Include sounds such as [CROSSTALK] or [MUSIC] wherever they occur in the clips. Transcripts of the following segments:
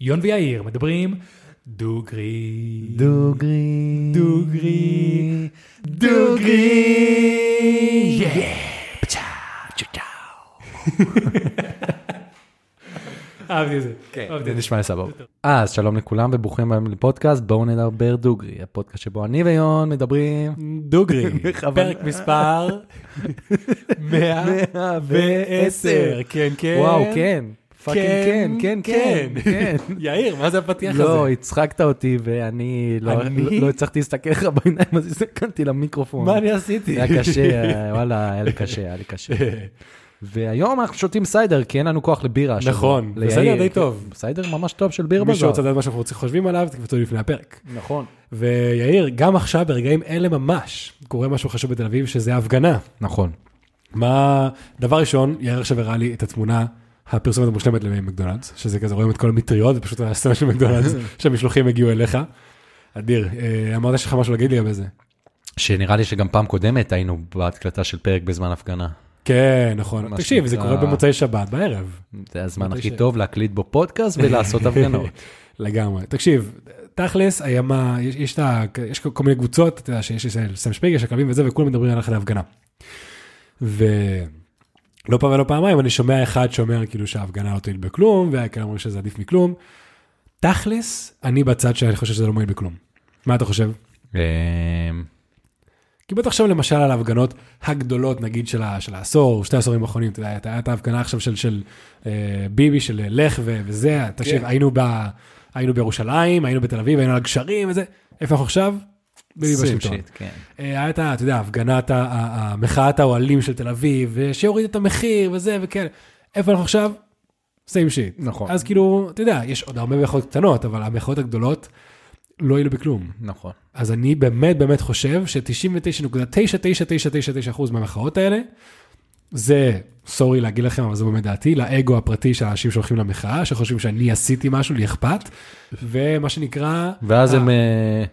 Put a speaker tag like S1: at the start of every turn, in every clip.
S1: יון ויאיר מדברים דוגרי.
S2: דוגרי.
S1: דוגרי.
S2: דוגרי.
S1: יא! פצ'ה, צ'צ'או. אהבתי את זה. אהבתי
S2: אוקיי, זה
S1: את כן. זה.
S2: נשמע סבבה. אז שלום לכולם וברוכים היום לפודקאסט בואו נדבר דוגרי, הפודקאסט שבו אני ויון מדברים.
S1: דוגרי,
S2: [LAUGHS] בכוונה.
S1: פרק מספר
S2: [LAUGHS]
S1: 110, כן כן.
S2: וואו, כן. פאקינג כן, כן, כן, [LAUGHS] כן.
S1: יאיר, מה זה הפתיח הזה?
S2: לא, הצחקת אותי ואני לא-
S1: אני?
S2: לא- לא הצלחתי להסתכל לך בעיניים, אז הסתכלתי למיקרופון.
S1: מה אני עשיתי? [LAUGHS]
S2: היה קשה, אה, וואלה, היה לי קשה, היה לי קשה. והיום אנחנו שותים סיידר, כי אין לנו כוח לבירה. השבוע.
S1: נכון,
S2: ליאיר,
S1: וסיידר די
S2: כן.
S1: טוב.
S2: סיידר ממש טוב של ביר
S1: מי
S2: בזאר.
S1: שרוצה לדעת מה שאנחנו רוצים- חושבים עליו, תקפצו לפני הפרק.
S2: נכון.
S1: ויאיר, גם עכשיו, ברגעים אלה ממש, קורה משהו חשוב בתל אביב, שזה ההפגנה.
S2: נכון.
S1: מה, דבר ראשון, יאיר עכשיו הראה לי את התמונה, הפרסומת המושלמת למקדונלדס, שזה כזה רואים את כל המטריות, זה פשוט הסצנה של מקדונלדס, שהמשלוחים הגיעו אליך. אדיר, אה, אמרת שיש לך משהו להגיד לי לגבי זה.
S2: שנראה לי שגם פעם קודמת היינו בהקלטה של פרק בזמן הפגנה.
S1: כן, נכון.
S2: מה
S1: תקשיב, זה
S2: שנקרא-
S1: קורה במוצאי שבת בערב,
S2: זה הזמן
S1: מתי
S2: הכי
S1: ש-
S2: טוב להקליט בו פודקאסט
S1: [LAUGHS]
S2: ולעשות הפגנות.
S1: לגמרי. תקשיב, תכלס, היה מה, יש, יש, את ה- יש כל מיני קבוצות, אתה יודע, שיש ישראל, סם שפיגל, יש הכלבים וזה, וכולם מדברים על הלכת להפגנה. ולא פעם ולא פעמיים, אני שומע אחד שאומר כאילו שההפגנה לא תועיל בכלום, וכאלה אומרים שזה עדיף מכלום. תכלס, אני בצד שאני חושב שזה לא מועיל בכלום. מה אתה חושב?
S2: אמ,
S1: כי בוא תחשוב למשל על ההפגנות הגדולות, נגיד של, ה, של העשור, שתי העשורים האחרונים, אתה יודע, הייתה הייתה ההפגנה עכשיו של, של אה, ביבי, של אה, לך ו, וזה, תקשיב, היינו, ב, היינו בירושלים, היינו בתל אביב, היינו על הגשרים וזה, איפה אנחנו עכשיו? ביבי
S2: סים
S1: בשלטון.
S2: שיט, כן.
S1: אה, הייתה, אתה יודע, הפגנת, ה- ה- ה- מחאת האוהלים של תל אביב, ושיוריד את המחיר וזה וכאלה. איפה אנחנו עכשיו? סיים שיט.
S2: נכון.
S1: אז כאילו, אתה יודע, יש עוד הרבה מחאות קטנות, אבל המחאות הגדולות לא יהיו בכלום.
S2: נכון.
S1: אז אני באמת באמת חושב ש-99.99999% מהמחאות האלה, זה, סורי להגיד לכם, אבל זה באמת דעתי, לאגו הפרטי של האנשים שהולכים למחאה, שחושבים שאני עשיתי משהו, לי אכפת, ומה שנקרא...
S2: ואז
S1: אה,
S2: הם אה,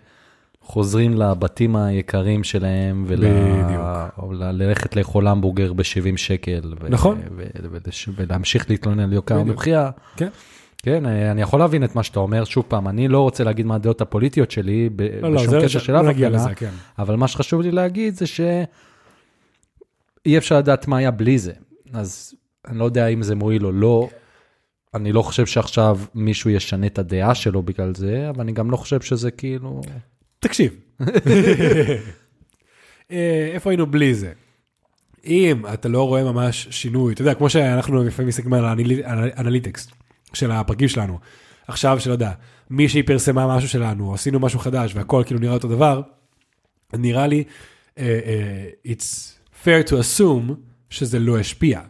S2: חוזרים לבתים היקרים שלהם ול...
S1: בדיוק.
S2: או ל- ללכת לאכול המבורגר ב-70 שקל. ו-
S1: נכון.
S2: ו- ולש- ולהמשיך להתלונן על יוקר
S1: בדיוק.
S2: המחיה.
S1: כן.
S2: כן, אה, אני יכול להבין את מה שאתה אומר. שוב פעם, אני לא רוצה להגיד מה הדעות הפוליטיות שלי ב-
S1: לא, לא,
S2: בשום
S1: זה-
S2: קשר
S1: זה-
S2: של אף אה?
S1: לא נגיע
S2: הפגנה,
S1: לזה, כן.
S2: אבל מה שחשוב לי להגיד זה שאי אפשר לדעת מה היה בלי זה. אז אני לא יודע אם זה מועיל או לא. אני לא חושב שעכשיו מישהו ישנה את הדעה שלו בגלל זה, אבל אני גם לא חושב שזה כאילו...
S1: תקשיב. אה, איפה היינו בלי זה? אם אתה לא רואה ממש שינוי, אתה יודע, כמו שאנחנו לפעמים מסתכלים על האנליטיקס של הפרקים שלנו, עכשיו שלא יודע, מישהי פרסמה משהו שלנו, עשינו משהו חדש והכל כאילו נראה אותו דבר, נראה לי, uh, uh, it's fair to assume שזה לא השפיע.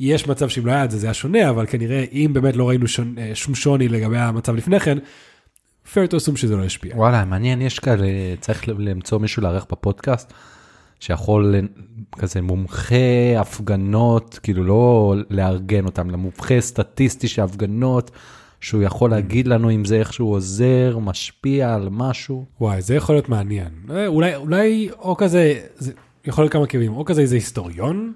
S1: יש מצב שאם לא היה את זה, זה היה שונה, אבל כנראה אם באמת לא ראינו שונ, אה, שום שוני לגבי המצב לפני כן, fair to assume שזה לא השפיע.
S2: וואלה, מעניין, יש כאלה, צריך למצוא מישהו לארח בפודקאסט, שיכול ל- כזה מומחה הפגנות, כאילו לא לארגן אותם, אלא מומחה סטטיסטי של הפגנות, שהוא יכול להגיד לנו אם זה איכשהו עוזר, משפיע על משהו.
S1: וואי, זה יכול להיות מעניין. אה, אולי, אולי, או כזה, זה יכול להיות כמה כיוונים, או כזה איזה היסטוריון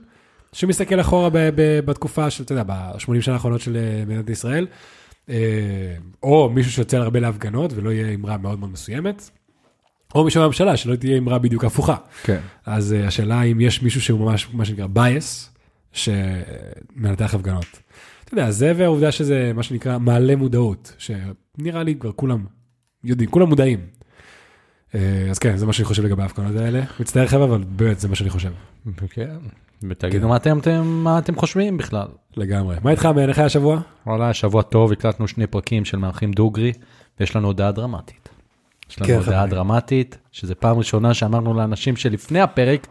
S1: שמסתכל אחורה ב, ב, בתקופה של, אתה יודע, ב-80 שנה האחרונות של אה, מדינת ישראל, אה, או מישהו שיוצא הרבה להפגנות ולא יהיה אמרה מאוד מאוד מסוימת, או מישהו בממשלה שלא תהיה אמרה בדיוק הפוכה.
S2: כן.
S1: אז אה, השאלה אם יש מישהו שהוא ממש, מה שנקרא bias, שמנתח הפגנות. אתה יודע, זה והעובדה שזה מה שנקרא מעלה מודעות, שנראה לי כבר כולם יודעים, כולם מודעים. אה, אז כן, זה מה שאני חושב לגבי ההפגנות האלה. מצטער חבר'ה, אבל באמת זה מה שאני חושב.
S2: כן. ותגידו מה אתם, אתם, מה אתם חושבים בכלל.
S1: לגמרי. מה איתך, מעייניך השבוע?
S2: וואלה, שבוע טוב, הקלטנו שני פרקים של מארחים דוגרי, ויש לנו הודעה דרמטית. יש לנו
S1: כן,
S2: הודעה
S1: חברים.
S2: דרמטית, שזו פעם ראשונה שאמרנו לאנשים שלפני הפרק,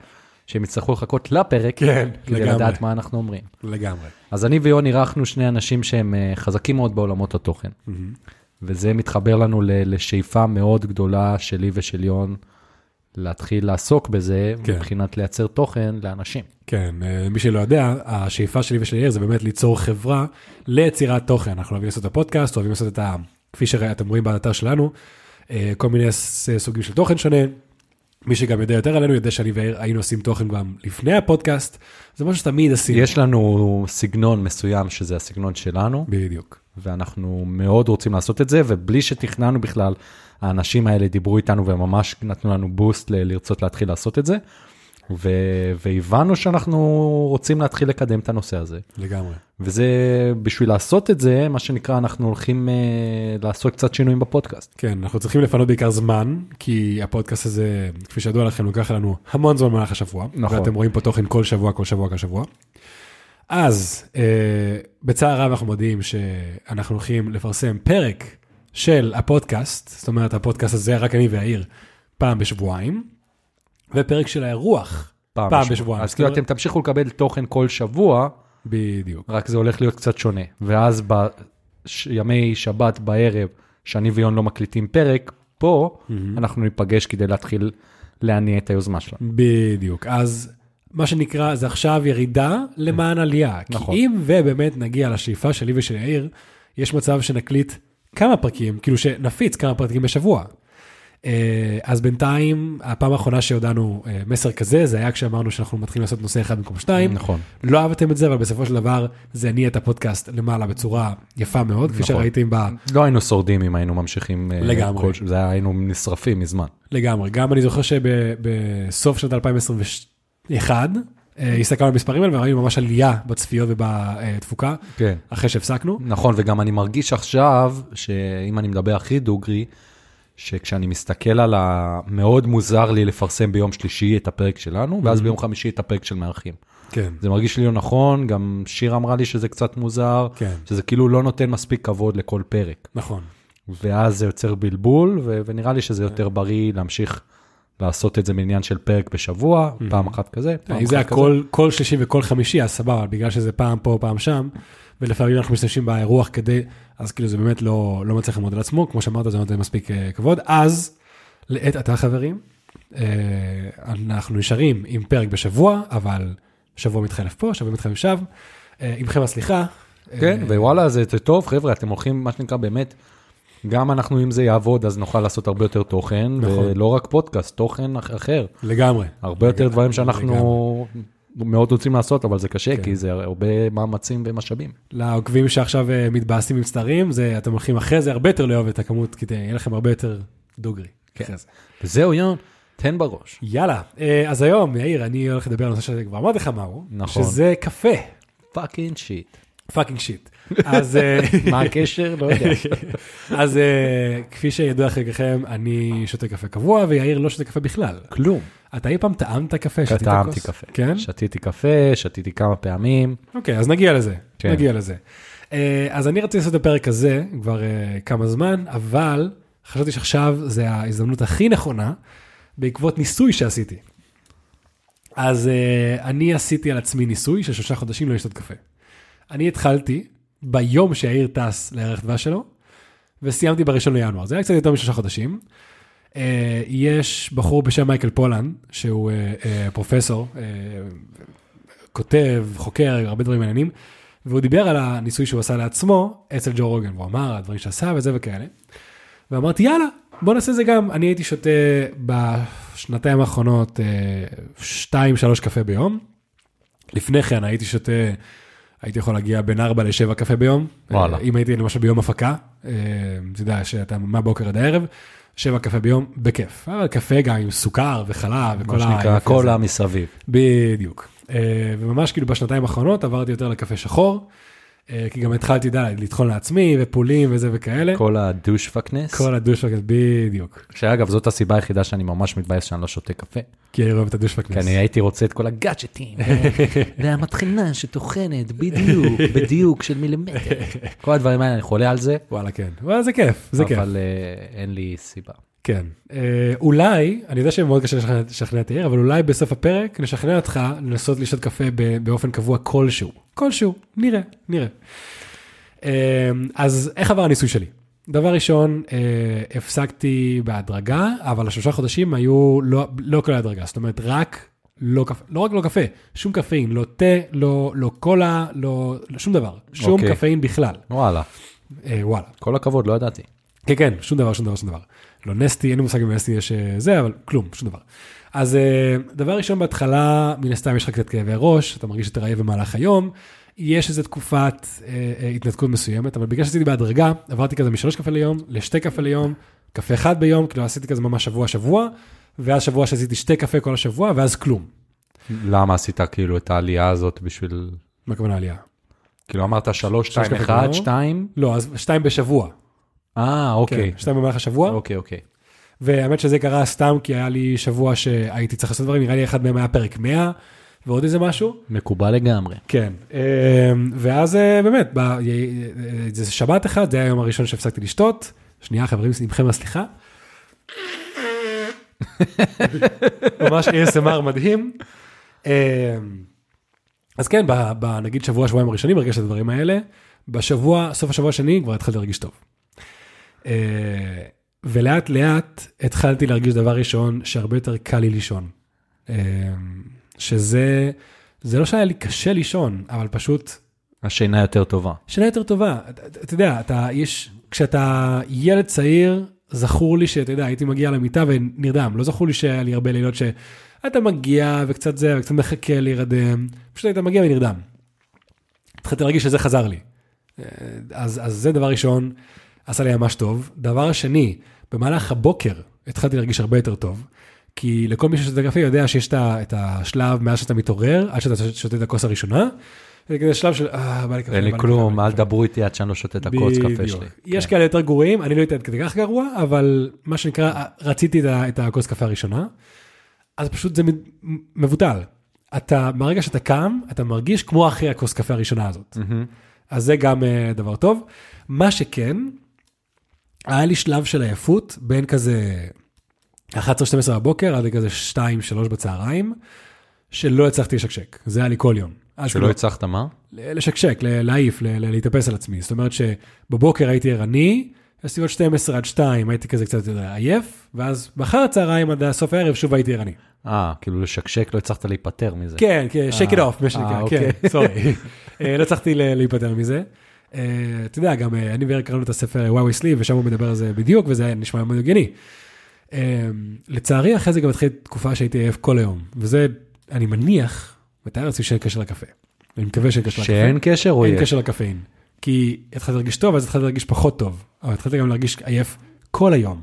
S2: שהם יצטרכו לחכות לפרק,
S1: כן,
S2: כדי
S1: לגמרי.
S2: לדעת מה אנחנו אומרים.
S1: לגמרי.
S2: אז אני ויוני אירחנו שני אנשים שהם אה, חזקים מאוד בעולמות התוכן, וזה מתחבר לנו ל- לשאיפה מאוד גדולה שלי ושל יון, להתחיל לעסוק בזה,
S1: כן.
S2: מבחינת לייצר תוכן לאנשים.
S1: כן, אה, מי שלא יודע, השאיפה שלי ושל יאיר זה באמת ליצור חברה ליצירת תוכן. אנחנו אוהבים לעשות את הפודקאסט, אוהבים לעשות את אה, ה... כפי שאתם רואים באתר שלנו, אה, כל מיני ס- סוגים של תוכן שונה, מי שגם יודע יותר עלינו יודע שאני ויאיר היינו עושים תוכן גם לפני הפודקאסט, זה משהו שתמיד עשינו.
S2: יש לנו סגנון מסוים שזה הסגנון שלנו,
S1: בדיוק.
S2: ואנחנו מאוד רוצים לעשות את זה, ובלי שתכננו בכלל, האנשים האלה דיברו איתנו וממש נתנו לנו בוסט ל- לרצות להתחיל לעשות את זה, ו- והבנו שאנחנו רוצים להתחיל לקדם את הנושא הזה.
S1: לגמרי.
S2: וזה, בשביל לעשות את זה, מה שנקרא, אנחנו הולכים אה, לעשות קצת שינויים בפודקאסט.
S1: כן, אנחנו צריכים לפנות בעיקר זמן, כי הפודקאסט הזה, כפי שידוע לכם, לוקח לנו המון זמן במהלך השבוע.
S2: נכון.
S1: ואתם רואים פה תוכן כל שבוע, כל שבוע, כל שבוע. אז, אה, בצער רב אנחנו מודיעים שאנחנו הולכים לפרסם פרק של הפודקאסט, זאת אומרת, הפודקאסט הזה, רק אני והעיר, פעם בשבועיים, ופרק של האירוח, פעם, בשבועיים.
S2: אז כאילו אתם תמשיכו לקבל תוכן כל שבוע,
S1: בדיוק.
S2: רק זה הולך להיות קצת שונה. ואז בימי שבת בערב, שאני ויון לא מקליטים פרק, פה אנחנו ניפגש כדי להתחיל להניע את היוזמה שלנו.
S1: בדיוק, אז מה שנקרא, זה עכשיו ירידה למען עלייה.
S2: נכון.
S1: כי אם ובאמת נגיע לשאיפה שלי ושל יאיר, יש מצב שנקליט כמה פרקים, כאילו שנפיץ כמה פרקים בשבוע. אה, אז בינתיים, הפעם האחרונה שהודענו אה, מסר כזה, זה היה כשאמרנו שאנחנו מתחילים לעשות נושא אחד במקום שתיים.
S2: נכון.
S1: לא אהבתם את זה, אבל בסופו של דבר זה הניע את הפודקאסט למעלה בצורה יפה מאוד, כפי
S2: נכון.
S1: שראיתם ב...
S2: לא היינו שורדים אם היינו ממשיכים. אה,
S1: לגמרי.
S2: כל ש- זה היה- היינו נשרפים מזמן.
S1: לגמרי, גם אני זוכר שבסוף שנת 2021, אה, הסתכלנו על המספרים האלה וראינו ממש עלייה בצפיות ובתפוקה,
S2: כן.
S1: אחרי שהפסקנו.
S2: נכון, וגם אני מרגיש עכשיו, שאם אני מדבר הכי דוגרי, שכשאני מסתכל על ה... מאוד מוזר לי לפרסם ביום שלישי את הפרק שלנו, ואז ביום חמישי את הפרק של מארחים.
S1: כן.
S2: זה מרגיש לי לא נכון, גם שיר אמרה לי שזה קצת מוזר,
S1: כן.
S2: שזה כאילו לא נותן מספיק כבוד לכל פרק.
S1: נכון,
S2: ואז זה יוצר בלבול, ו- ונראה לי שזה יותר בריא להמשיך לעשות את זה בעניין של פרק בשבוע, פעם אחת כזה, פעם
S1: אם זה היה
S2: אחת כזה.
S1: כל- כל שלישי וכל חמישי, אז סבבה, אבל בגלל שזה פעם פה, פעם שם, ולפעמים אנחנו משתמשים באירוח כדי, אז כאילו זה באמת לא לא מצליח לעמוד על עצמו, כמו שאמרת, זה לא נותן מספיק אה, כבוד. אז, לעת עתה חברים, אה, אנחנו נשארים עם פרק בשבוע, אבל שבוע מתחלף פה, שבוע מתחלף שם. אה, עמכם הסליחה.
S2: כן,
S1: אה,
S2: ווואלה, זה, זה טוב, חבר'ה, אתם הולכים, מה שנקרא, באמת, גם אנחנו, אם זה יעבוד, אז נוכל לעשות הרבה יותר תוכן,
S1: נכון.
S2: ולא רק פודקאסט, תוכן אח- אחר.
S1: לגמרי.
S2: הרבה יותר דברים שאנחנו מאוד רוצים לעשות, אבל זה קשה,
S1: כן.
S2: כי זה הרבה מאמצים ומשאבים.
S1: לעוקבים שעכשיו אה, מתבאסים ומצטערים, זה אתם הולכים אחרי זה הרבה יותר לאהוב את הכמות, כי תה- יהיה לכם הרבה יותר דוגרי. אחרי זה.
S2: וזהו, יון, תן בראש.
S1: יאללה, אה, אז היום, יאיר, אני הולך לדבר על נושא שכבר אמרתי לך מהו,
S2: נכון.
S1: שזה קפה,
S2: פאקינג שיט.
S1: פאקינג שיט. אז אה,
S2: [LAUGHS] מה הקשר? לא [LAUGHS] יודע.
S1: [LAUGHS] אז, אה, כפי שידוע חלקכם, אני שותה קפה קבוע, ויאיר לא שותה קפה בכלל.
S2: כלום.
S1: אתה אי פעם טעמת קפה? שתית
S2: טעמתי
S1: כוס?
S2: קפה.
S1: כן?
S2: שתיתי קפה, שתיתי כמה פעמים.
S1: אוקיי, אז נגיע לזה,
S2: כן.
S1: נגיע לזה. אה, אז אני רציתי לעשות את הפרק הזה כבר אה, כמה זמן, אבל חשבתי שעכשיו זה ההזדמנות הכי נכונה בעקבות ניסוי שעשיתי. אז אה, אני עשיתי על עצמי ניסוי של שלושה חודשים לא לשתות קפה. אני התחלתי ביום שהעיר טס לירח דבש שלו, וסיימתי בראשון לינואר, זה היה קצת יותר משלושה חודשים. אה, יש בחור בשם מייקל פולן, שהוא אה, אה, פרופסור, אה, כותב, חוקר, הרבה דברים מעניינים, והוא דיבר על הניסוי שהוא עשה לעצמו אצל ג'ו רוגן, והוא אמר, הדברים שעשה וזה וכאלה. ואמרתי, יאללה, בוא נעשה את זה גם. אני הייתי שותה בשנתיים האחרונות 2-3 קפה ביום. לפני כן הייתי שותה, הייתי יכול להגיע בין 4 ל-7 קפה ביום.
S2: וואלה.
S1: אה, אם הייתי למשל ביום הפקה, אה, אתה יודע שאתה מהבוקר עד הערב, 7 קפה ביום, בכיף. אבל קפה גם עם סוכר וחלב וכל
S2: מה שנקרא,
S1: היופי
S2: כל
S1: הזה.
S2: המסביב.
S1: בדיוק. אה, וממש כאילו בשנתיים האחרונות עברתי יותר לקפה שחור, אה, כי גם התחלתי, אתה יודע, לטחון לעצמי ופולים וזה וכאלה.
S2: כל הדוש פקנס.
S1: כל הדושפק, בדיוק.
S2: שאגב, זאת הסיבה היחידה שאני ממש מתבאס שאני לא שותה קפה.
S1: כי אני אוהב את הדושפק.
S2: כי אני הייתי רוצה את
S1: [LAUGHS]
S2: כל הגאדג'טים. ו- והמטחנה שטוחנת בדיוק, בדיוק של מילימטר. כל הדברים האלה, אני חולה על זה,
S1: וואלה, כן. וואלה, זה כיף, זה כיף.
S2: אבל אה, אין לי סיבה.
S1: כן. אה, אולי, אני יודע שמאוד קשה לשכנע- לשכנע את העיר, אבל אולי בסוף הפרק נשכנע אותך לנסות לשתות קפה ב- באופן קבוע כלשהו. כלשהו, נראה, נראה. אה, אז איך עבר הניסוי שלי? דבר ראשון, אה, הפסקתי בהדרגה, אבל השלושה חודשים היו לא, לא כל ההדרגה, זאת אומרת, רק לא קפה, לא רק לא קפה, שום קפאין, לא תה, לא, לא קולה, לא, לא שום דבר, שום
S2: אוקיי.
S1: קפאין בכלל.
S2: וואלה,
S1: אה, וואלה.
S2: כל הכבוד, לא ידעתי.
S1: כן, כן, שום דבר, שום דבר, שום דבר. לא נסטי, אין לי מושג אם נסטי יש אה, זה, אבל כלום, שום דבר. אז אה, דבר ראשון בהתחלה, מן הסתם יש לך קצת כאבי ראש, אתה מרגיש שתרעב במהלך היום, יש איזו תקופת אה, אה, התנתקות מסוימת, אבל בגלל שעשיתי בהדרגה, עברתי כזה משלוש קפה ליום לשתי קפה ליום, קפה אחד ביום, כאילו עשיתי כזה ממש שבוע-שבוע, ואז שבוע שעשיתי שתי קפה כל השבוע, ואז כלום.
S2: למה עשית כאילו את העלייה הזאת בשביל...
S1: מה הכוונה עלייה?
S2: כאילו אמרת 3, 2,
S1: קפה
S2: 1,
S1: ביום?
S2: 2?
S1: לא, אז שתיים בשבוע.
S2: אה,
S1: כן,
S2: אוקיי.
S1: שתיים במהלך השבוע.
S2: אוקיי, אוקיי.
S1: והאמת שזה קרה סתם כי היה לי שבוע שהייתי צריך לעשות דברים, נראה לי אחד מהם היה פרק 100 ועוד איזה משהו.
S2: מקובל לגמרי.
S1: כן. אמ, ואז אה, באמת, ב- אה, אה, זה שבת אחד, זה היה היום הראשון שהפסקתי לשתות. שנייה חברים, עמכם הסליחה. ממש ASMR מדהים. אמ, אז כן, ב- ב- נגיד שבוע, שבועיים הראשונים הרגשתי את הדברים האלה. בשבוע, סוף השבוע השני כבר התחלתי להרגיש טוב. אה, ולאט לאט התחלתי להרגיש דבר ראשון שהרבה יותר קל לי לישון. אה, שזה, זה לא שהיה לי קשה לישון, אבל פשוט
S2: השינה יותר טובה.
S1: שינה יותר טובה. אתה- אתה אתה יודע, אתה יש, כשאתה ילד צעיר, זכור לי שאתה יודע, הייתי מגיע למיטה ונרדם, לא זכור לי שהיה לי הרבה לילות שאתה מגיע וקצת זה וקצת מחכה להירדם, פשוט היית מגיע ונרדם. התחלתי להרגיש שזה חזר לי. אה, אז, אז זה דבר ראשון, עשה לי ממש טוב. דבר שני, במהלך הבוקר התחלתי להרגיש הרבה יותר טוב, כי לכל מי ששותה קפה יודע שיש את ה- את השלב מאז שאתה מתעורר, עד שאתה שותה את הכוס הראשונה, זה כזה שלב של אה, בא לי קפה.
S2: אין לי
S1: בא לי קפה,
S2: כלום,
S1: בא לי
S2: אל
S1: קפה."
S2: דברו איתי עד שאני לא שותה את הקוץ קפה
S1: בדיוק.
S2: שלי. כן.
S1: יש כאלה יותר גרועים, אני לא הייתי עד כדי כך גרוע, אבל מה שנקרא, רציתי את ה- את הכוס קפה הראשונה, אז פשוט זה מ- מ- מבוטל. אתה, ברגע שאתה קם, אתה מרגיש כמו אחרי הכוס קפה הראשונה הזאת.
S2: מהמם.
S1: אז זה גם אה, דבר טוב. מה שכן, היה לי שלב של עייפות בין כזה 11-12 בבוקר עד כזה 2-3 בצהריים, שלא הצלחתי לשקשק, זה היה לי כל יום. אז
S2: שלא
S1: כאילו,
S2: הצלחת מה?
S1: לשקשק, ל- להעיף, ל- ל- להתאפס על עצמי. זאת אומרת שבבוקר הייתי ערני, בסביבות 12 עד 2 הייתי כזה קצת יותר עייף, ואז אחר הצהריים עד סוף הערב שוב הייתי ערני.
S2: אה, כאילו לשקשק לא הצלחת להיפטר מזה.
S1: כן, כן, shake it
S2: אה,
S1: off, מה שנקרא,
S2: אה,
S1: כן,
S2: אוקיי.
S1: סורי. [LAUGHS] אה, לא הצלחתי ל- להיפטר מזה. אה, אתה יודע, גם אה, אני ואריק קראנו את הספר וואו אסלי, ושם הוא מדבר על זה בדיוק, וזה היה נשמע מאוד הגיוני. אה, לצערי, אחרי זה גם התחילה תקופה שהייתי עייף כל היום, וזה, אני מניח, מתאר לעצמי שאין קשר לקפה. אני מקווה שאין קשר לקפה.
S2: שאין קשר או
S1: אין
S2: יש?
S1: קשר לקפאין. כי התחלתי להרגיש טוב, אז התחלתי להרגיש פחות טוב. אבל התחלתי גם להרגיש עייף כל היום.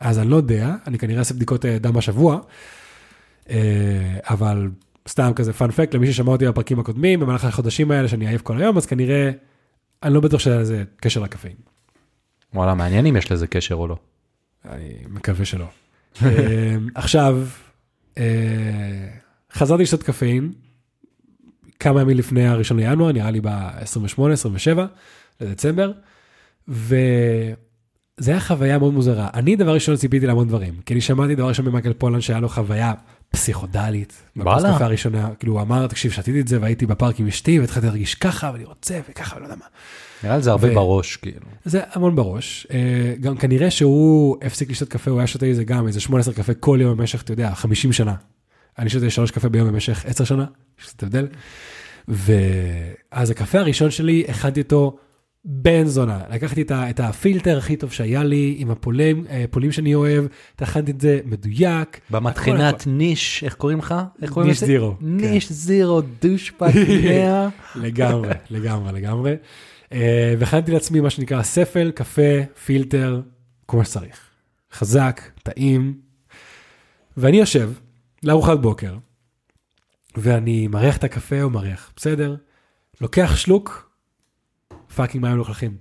S1: אז אני לא יודע, אני כנראה אעשה בדיקות אה, דם השבוע, אה, אבל סתם כזה פאנפקט, למי ששמע אותי בפרקים הקודמים, במהלך החודשים האלה שאני עייף כל היום, אז כנראה, אני לא בטוח שזה קשר לקפאין.
S2: וואלה, מעניין אם יש לזה קשר או לא.
S1: אני מקווה שלא. אה, עכשיו, אה, חזרתי לשתות קפאין כמה ימים לפני הראשון לינואר, נראה לי ב-28, 27 לדצמבר, וזה היה חוויה מאוד מוזרה. אני דבר ראשון ציפיתי להמון דברים, כי אני שמעתי דבר ראשון ממייקל פולן שהיה לו חוויה פסיכודלית.
S2: וואלה.
S1: בכוס קפה הראשונה, כאילו הוא אמר, תקשיב, שתיתי את זה והייתי בפארק עם אשתי והתחלתי להרגיש ככה ואני רוצה וככה ולא יודע מה.
S2: נראה לי זה הרבה
S1: ו-
S2: בראש, כאילו.
S1: זה המון בראש. אה, גם כנראה שהוא הפסיק לשתות קפה, הוא היה שותה איזה גם איזה 18 קפה כל יום במשך, אתה יודע, 50 שנה. אני שותה 3 קפה ביום במשך 10 שנה, יש קצת הבדל. ואז הקפה הראשון שלי, הכנתי אותו בן זונה. לקחתי את ה- את הפילטר הכי טוב שהיה לי, עם הפולים אה, פולים שאני אוהב, טחנתי את זה מדויק.
S2: במטחנת ניש, איך קוראים לך? איך קוראים
S1: ניש
S2: לזה?
S1: זירו, כן.
S2: ניש זירו, דושפק
S1: [LAUGHS]
S2: 100.
S1: לגמרי, [LAUGHS] לגמרי, לגמרי. אה, והכנתי לעצמי מה שנקרא ספל, קפה, פילטר, כמו שצריך. חזק, טעים. ואני יושב לארוחת בוקר, ואני מריח את הקפה, הוא מריח, בסדר? לוקח שלוק, פאקינג מים מלוכלכים.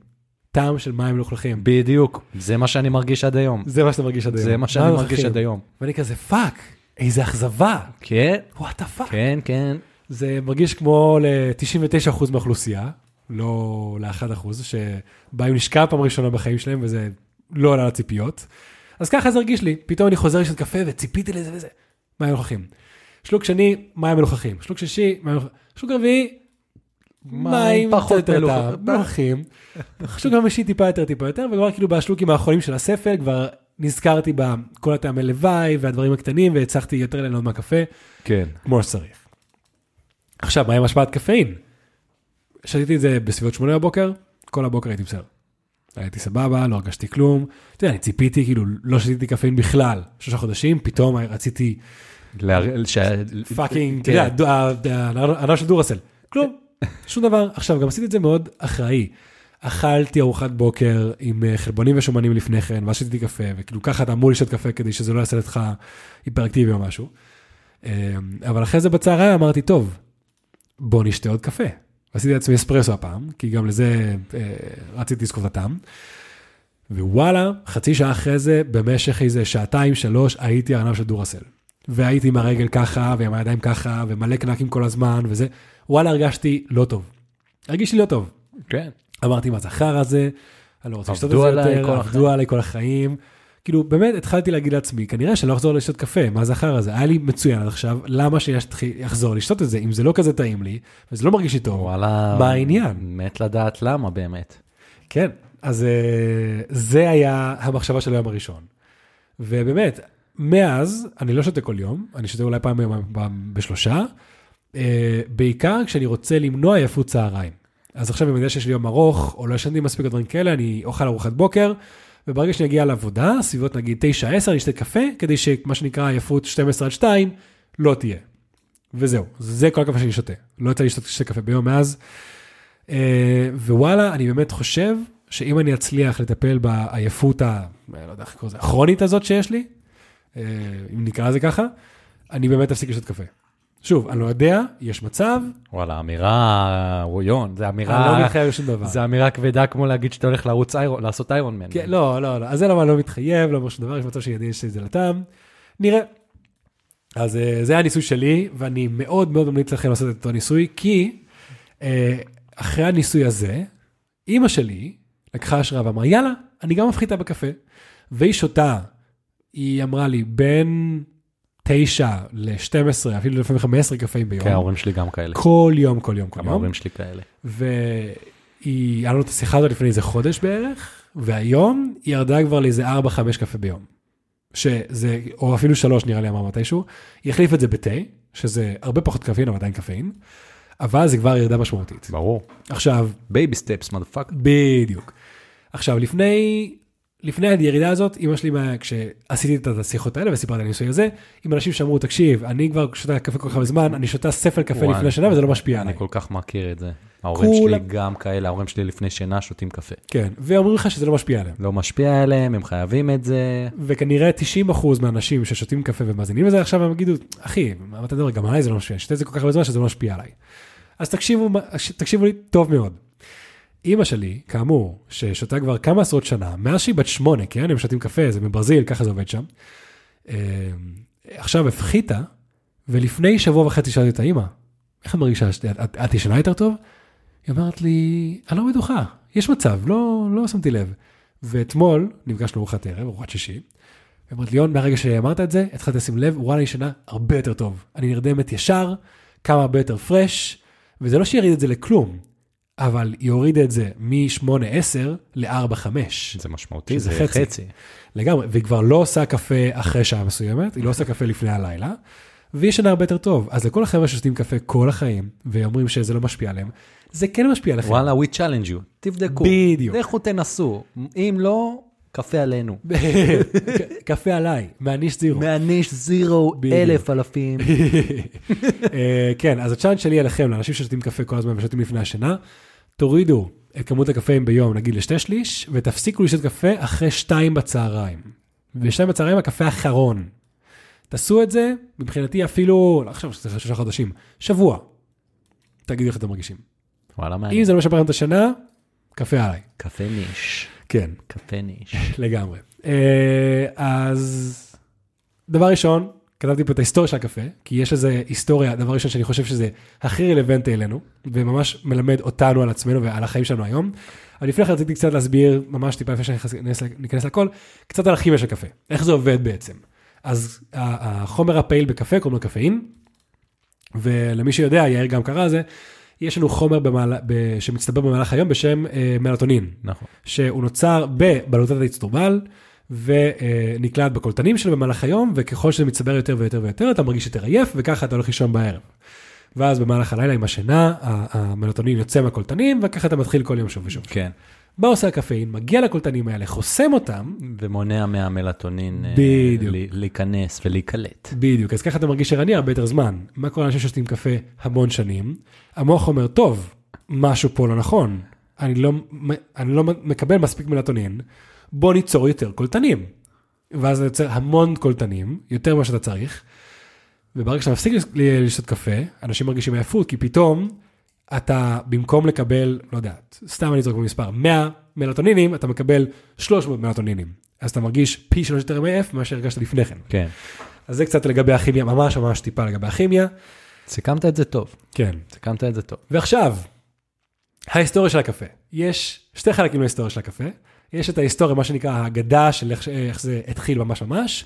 S1: טעם של מים לא מלוכלכים.
S2: בדיוק, זה מה שאני מרגיש עד היום.
S1: זה מה שאתה מרגיש עד היום. לא,
S2: זה מה שאני
S1: מים
S2: מרגיש
S1: מלוכלכים.
S2: עד היום.
S1: ואני כזה, פאק, איזה אכזבה.
S2: כן,
S1: וואט דה פאק.
S2: כן, כן.
S1: זה מרגיש כמו ל-99% מהאוכלוסייה, לא ל-1%, שבא עם לשכה פעם ראשונה בחיים שלהם וזה לא עלה לציפיות. אז ככה זה הרגיש לי, פתאום אני חוזר לשתות קפה וציפיתי לזה וזה. מים מלוכחים. שלוק שני, מים מלוכחים. שלוק שישי, מים מלוכחים. שלוק רביעי, מים פחות יותר
S2: מלוכ-
S1: טעם, [LAUGHS] מלוכחים. שלוק חמישי טיפה יותר, טיפה יותר, וכבר כאילו בשלוקים האחרונים של הספל כבר נזכרתי בכל הטעמי לוואי והדברים הקטנים והצלחתי יותר ליהנות מהקפה.
S2: כן.
S1: כמו שצריך. עכשיו, מה עם השפעת קפאין? שתיתי את זה בסביבות 8 בבוקר, כל הבוקר הייתי בסדר. הייתי סבבה, לא הרגשתי כלום. אתה יודע, אני ציפיתי, כאילו, לא שתיתי קפאין בכלל. שלושה חודשים, פתאום רציתי
S2: להר- שה-
S1: פאקינג, אתה
S2: כן.
S1: יודע, דו- ה- ה- הנעל של דורסל. כלום, שום דבר. עכשיו, גם עשיתי את זה מאוד אחראי. אכלתי ארוחת בוקר עם אה, חלבונים ושומנים לפני כן, ואז שתיתי קפה, וכאילו ככה אתה אמור לשתות קפה כדי שזה לא יעשה לך היפראקטיבי או משהו. אה, אבל אחרי זה בצהריים אמרתי, טוב, בוא נשתה עוד קפה. עשיתי לעצמי אספרסו הפעם, כי גם לזה אה, רציתי לזכות הטעם. ווואלה, חצי שעה אחרי זה, במשך איזה שעתיים, שלוש, הייתי ארנב של דורסל. והייתי עם הרגל ככה, ועם הידיים ככה, ומלא קנקים כל הזמן, וזה. וואלה, הרגשתי לא טוב. הרגיש לי לא טוב.
S2: כן.
S1: אמרתי, מה זה החרא הזה? אני לא רוצה לשתות את זה
S2: עבדו עליי
S1: יותר,
S2: כל
S1: עבדו עליי כל החיים. כאילו, באמת, התחלתי להגיד לעצמי, כנראה שאני לא אחזור לשתות קפה, מה זה החרא הזה? היה לי מצוין עד עכשיו, למה שאני אשתח- אחזור לשתות את זה, אם זה לא כזה טעים לי, וזה לא מרגיש לי טוב.
S2: וואלה.
S1: מה העניין?
S2: מת לדעת למה באמת.
S1: כן, אז אה, זה היה המחשבה של היום הראשון. ובאמת, מאז, אני לא שותה כל יום, אני שותה אולי פעם ביום, פעם בשלושה, אה, בעיקר כשאני רוצה למנוע עייפות צהריים. אז עכשיו, אם אני יודע שיש לי יום ארוך, או לא ישנתי מספיק או דברים כאלה, אני אוכל ארוחת בוקר, וברגע שאני אגיע לעבודה, סביבות נגיד 9-10, אני אשתה קפה, כדי שמה שנקרא עייפות 12 עד 2 לא תהיה. וזהו, זה כל הקפה שאני שותה. לא יצא לי לשתות שתי קפה ביום מאז. אה, ווואלה, אני באמת חושב שאם אני אצליח לטפל בעייפות ה... לא יודע איך קוראים לזה, הכרונית הזאת שיש לי, אה, אם נקרא לזה ככה, אני באמת אפסיק לשתות קפה. שוב, אני לא יודע, יש מצב,
S2: וואלה, אמירה, רויון, זה
S1: אני לא
S2: אמירה,
S1: מתחייב לשום דבר.
S2: זה אמירה כבדה כמו להגיד שאתה הולך לרוץ איירון, לעשות איירון מן.
S1: כן, לא, לא, לא, אז זה למה אני לא מתחייב, לא אומר שום דבר, יש מצב שאני אדגיש את זה לטעם. נראה. אז אה, זה היה הניסוי שלי, ואני מאוד מאוד ממליץ לכם לעשות את אותו ניסוי, כי אה, אחרי הניסוי הזה, אימא שלי לקחה השראה ואמרה, יאללה, אני גם מפחיתה בקפה. והיא שותה, היא אמרה לי, בין 9 ל-12, אפילו לפעמים 15 קפאים ביום.
S2: כן, ההורים שלי גם כאלה.
S1: כל יום, כל יום, כל
S2: גם
S1: יום.
S2: ההורים שלי כאלה.
S1: והיא, היה לנו את השיחה הזאת לפני איזה חודש בערך, והיום היא ירדה כבר לאיזה 4-5 קפה ביום. שזה, או אפילו 3 נראה לי אמר מתישהו, היא החליפה את זה בתה, שזה הרבה פחות קפאין, אבל עדיין קפאין, אבל זה כבר ירדה משמעותית.
S2: ברור.
S1: עכשיו,
S2: בייבי סטפס, מדפאק.
S1: בדיוק. עכשיו, לפני, לפני הירידה הזאת, אמא שלי, מה- כשעשיתי את השיחות האלה וסיפרתי על הניסוי הזה, עם אנשים שאמרו, תקשיב, אני כבר שותה קפה כל כך הרבה זמן, אני שותה ספל קפה לפני שנה וזה לא משפיע עליי.
S2: אני כל כך מכיר את זה. ההורים שלי
S1: כולם-
S2: גם כאלה, ההורים שלי לפני שינה שותים קפה.
S1: כן, ואומרים לך שזה לא משפיע עליהם.
S2: לא משפיע עליהם, הם חייבים את זה.
S1: וכנראה 90% מהאנשים ששותים קפה ומאזינים לזה עכשיו הם יגידו, אחי, מה אתה מדבר, גם עליי זה לא משפיע, אני שותה את זה כל כך הרבה זמן שזה לא משפיע עליי. אז תקשיבו, מה- ש- תקשיבו לי טוב מאוד. אימא שלי, כאמור, ששותה כבר כמה עשרות שנה, מאז שהיא בת שמונה, כן, הם שותים קפה, זה מברזיל, ככה זה עובד שם. אה, עכשיו הפחיתה, ולפני שבוע וחצי שאלתי את האימא, איך את מרגישה, את- את את ישנה יותר טוב? היא אומרת לי, אני לא בטוחה, יש מצב, לא, לא שמתי לב. ואתמול נפגשנו ארוחת ערב, ארוחת שישי, היא אומרת לי, יון, מהרגע שאמרת את זה, התחלתי לשים לב, וואלה, היא ישנה הרבה יותר טוב. אני נרדמת ישר, קמה הרבה יותר פרש, וזה לא שהיא הורידה את זה לכלום, אבל היא הורידה את זה מ-8-10 ל-4-5.
S2: זה משמעותי,
S1: שזה
S2: זה
S1: חצי.
S2: חצי.
S1: לגמרי, והיא כבר לא עושה קפה אחרי שעה מסוימת, היא לא עושה קפה לפני הלילה, והיא ישנה הרבה יותר טוב. אז לכל החבר'ה ששותים קפה כל החיים, ואומרים שזה לא משפיע עליהם, זה כן משפיע עליכם. [LAUGHS]
S2: וואלה, we challenge you, תבדקו.
S1: בדיוק.
S2: לכו תנסו. אם לא, קפה עלינו.
S1: ק- כן, קפה עליי, מהניש זירו.
S2: מעניש זירו
S1: בדיוק.
S2: אלף אלפים.
S1: אה, כן, אז הצ'אנס שלי אליכם, לאנשים ששותים קפה כל הזמן ושותים לפני השינה, תורידו את כמות הקפאים ביום, נגיד לשתי שליש, ותפסיקו לשתות קפה אחרי שתיים בצהריים. ושתיים בצהריים הקפה האחרון. תעשו את זה, מבחינתי אפילו, לא עכשיו שזה שלושה חודשים, שבוע. תגידו איך אתם מרגישים.
S2: וואלה,
S1: אם
S2: מעניין.
S1: זה לא משפר לכם את השינה, קפה עליי.
S2: קפה ניש.
S1: כן.
S2: קפה ניש.
S1: לגמרי. אה, אז דבר ראשון, כתבתי פה את ההיסטוריה של הקפה, כי יש לזה היסטוריה, דבר ראשון שאני חושב שזה הכי רלוונטי אלינו, וממש מלמד אותנו על עצמנו ועל החיים שלנו היום. אבל לפני כן רציתי קצת להסביר, ממש טיפה לפני שניכנס לכל, קצת על הכימיה של קפה, איך זה עובד בעצם. אז ה- החומר הפעיל בקפה קוראים לו קפאין, ולמי שיודע, יאיר גם קרא על זה, יש לנו חומר במעלה, ב, שמצטבר במהלך היום בשם אה, מלטונין,
S2: נכון.
S1: שהוא נוצר בבלוטת האצטרובל ונקלט בקולטנים שלו במהלך היום, וככל שזה מצטבר יותר ויותר ויותר, אתה מרגיש יותר עייף, וככה אתה הולך לישון בערב. ואז במהלך הלילה עם השינה, ה- המלטונין יוצא מהקולטנים, וככה אתה מתחיל כל יום שוב ושוב.
S2: כן.
S1: מה עושה הקפאין? מגיע לקולטנים האלה, חוסם אותם,
S2: ומונע מהמלטונין אה,
S1: בדיוק.
S2: ל- להיכנס ולהיקלט.
S1: בדיוק, אז ככה אתה מרגיש ערני הרבה יותר זמן. מה קורה לאנשים ששותים קפה המון שנים? המוח אומר, טוב, משהו פה לא נכון, אני לא, אני לא מקבל מספיק מלטונין, בוא ניצור יותר קולטנים. ואז אתה יוצר המון קולטנים, יותר ממה שאתה צריך, וברגע שאתה מפסיק לש- ל- לשתות קפה, אנשים מרגישים עייפות, כי פתאום אתה, במקום לקבל, לא יודעת, סתם אני זורק במספר, 100 מלטונינים, אתה מקבל 300 מלטונינים. אז אתה מרגיש פי שלוש יותר מעייף ממה שהרגשת לפני כן.
S2: כן.
S1: אז זה קצת לגבי הכימיה, ממש ממש טיפה לגבי הכימיה.
S2: סיכמת את זה טוב,
S1: כן.
S2: סיכמת את זה טוב.
S1: ועכשיו, ההיסטוריה של הקפה. יש שתי חלקים להיסטוריה של הקפה. יש את ההיסטוריה, מה שנקרא ההגדה של איך, ש- איך זה התחיל ממש ממש,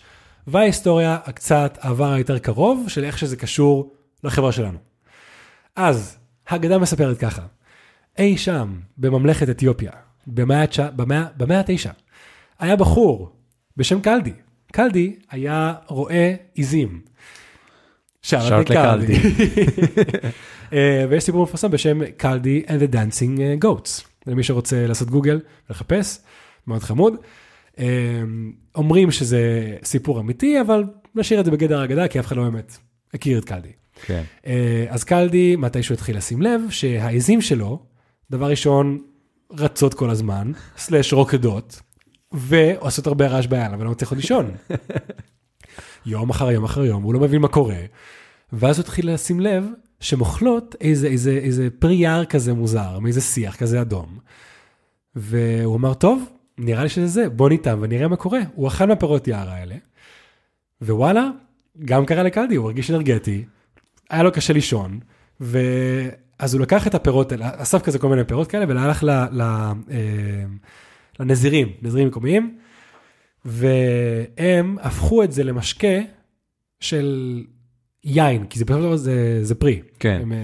S1: וההיסטוריה הקצת העבר היותר קרוב של איך שזה קשור לחברה שלנו. אז, ההגדה מספרת ככה, אי שם בממלכת אתיופיה, במאה התש- במאה במאה התשע, היה בחור בשם קלדי. קלדי היה רועה עיזים.
S2: שאלת לקלדי.
S1: [LAUGHS] אה, ויש סיפור מפורסם בשם קלדי and the dancing אה, goats. למי שרוצה לעשות גוגל ולחפש, מאוד חמוד. אה, אומרים שזה סיפור אמיתי, אבל נשאיר את זה בגדר אגדה, כי אף אחד לא באמת הכיר את קלדי.
S2: כן.
S1: אה, אז קלדי מתישהו התחיל לשים לב שהעזים שלו, דבר ראשון, רצות כל הזמן, סלאש רוקדות, ועושות הרבה רעש בעין, אבל לא מצליח עוד לישון. יום אחר יום אחר יום, הוא לא מבין מה קורה. ואז הוא התחיל לשים לב שמוכלות איזה, איזה, איזה פרי יער כזה מוזר, מאיזה שיח כזה אדום. והוא אמר, טוב, נראה לי שזה זה, בוא ניתן ונראה מה קורה. הוא אכל מהפירות יער האלה, ווואלה, גם קרה לקלדי, הוא הרגיש אנרגטי, היה לו קשה לישון, ואז הוא לקח את הפירות, האלה, אסף כזה כל מיני פירות כאלה, והלך ל... ל... אה, לנזירים, נזירים מקומיים, והם הפכו את זה למשקה של יין, כי זה בסופו של דבר זה, זה פרי.
S2: כן.
S1: הם, אה,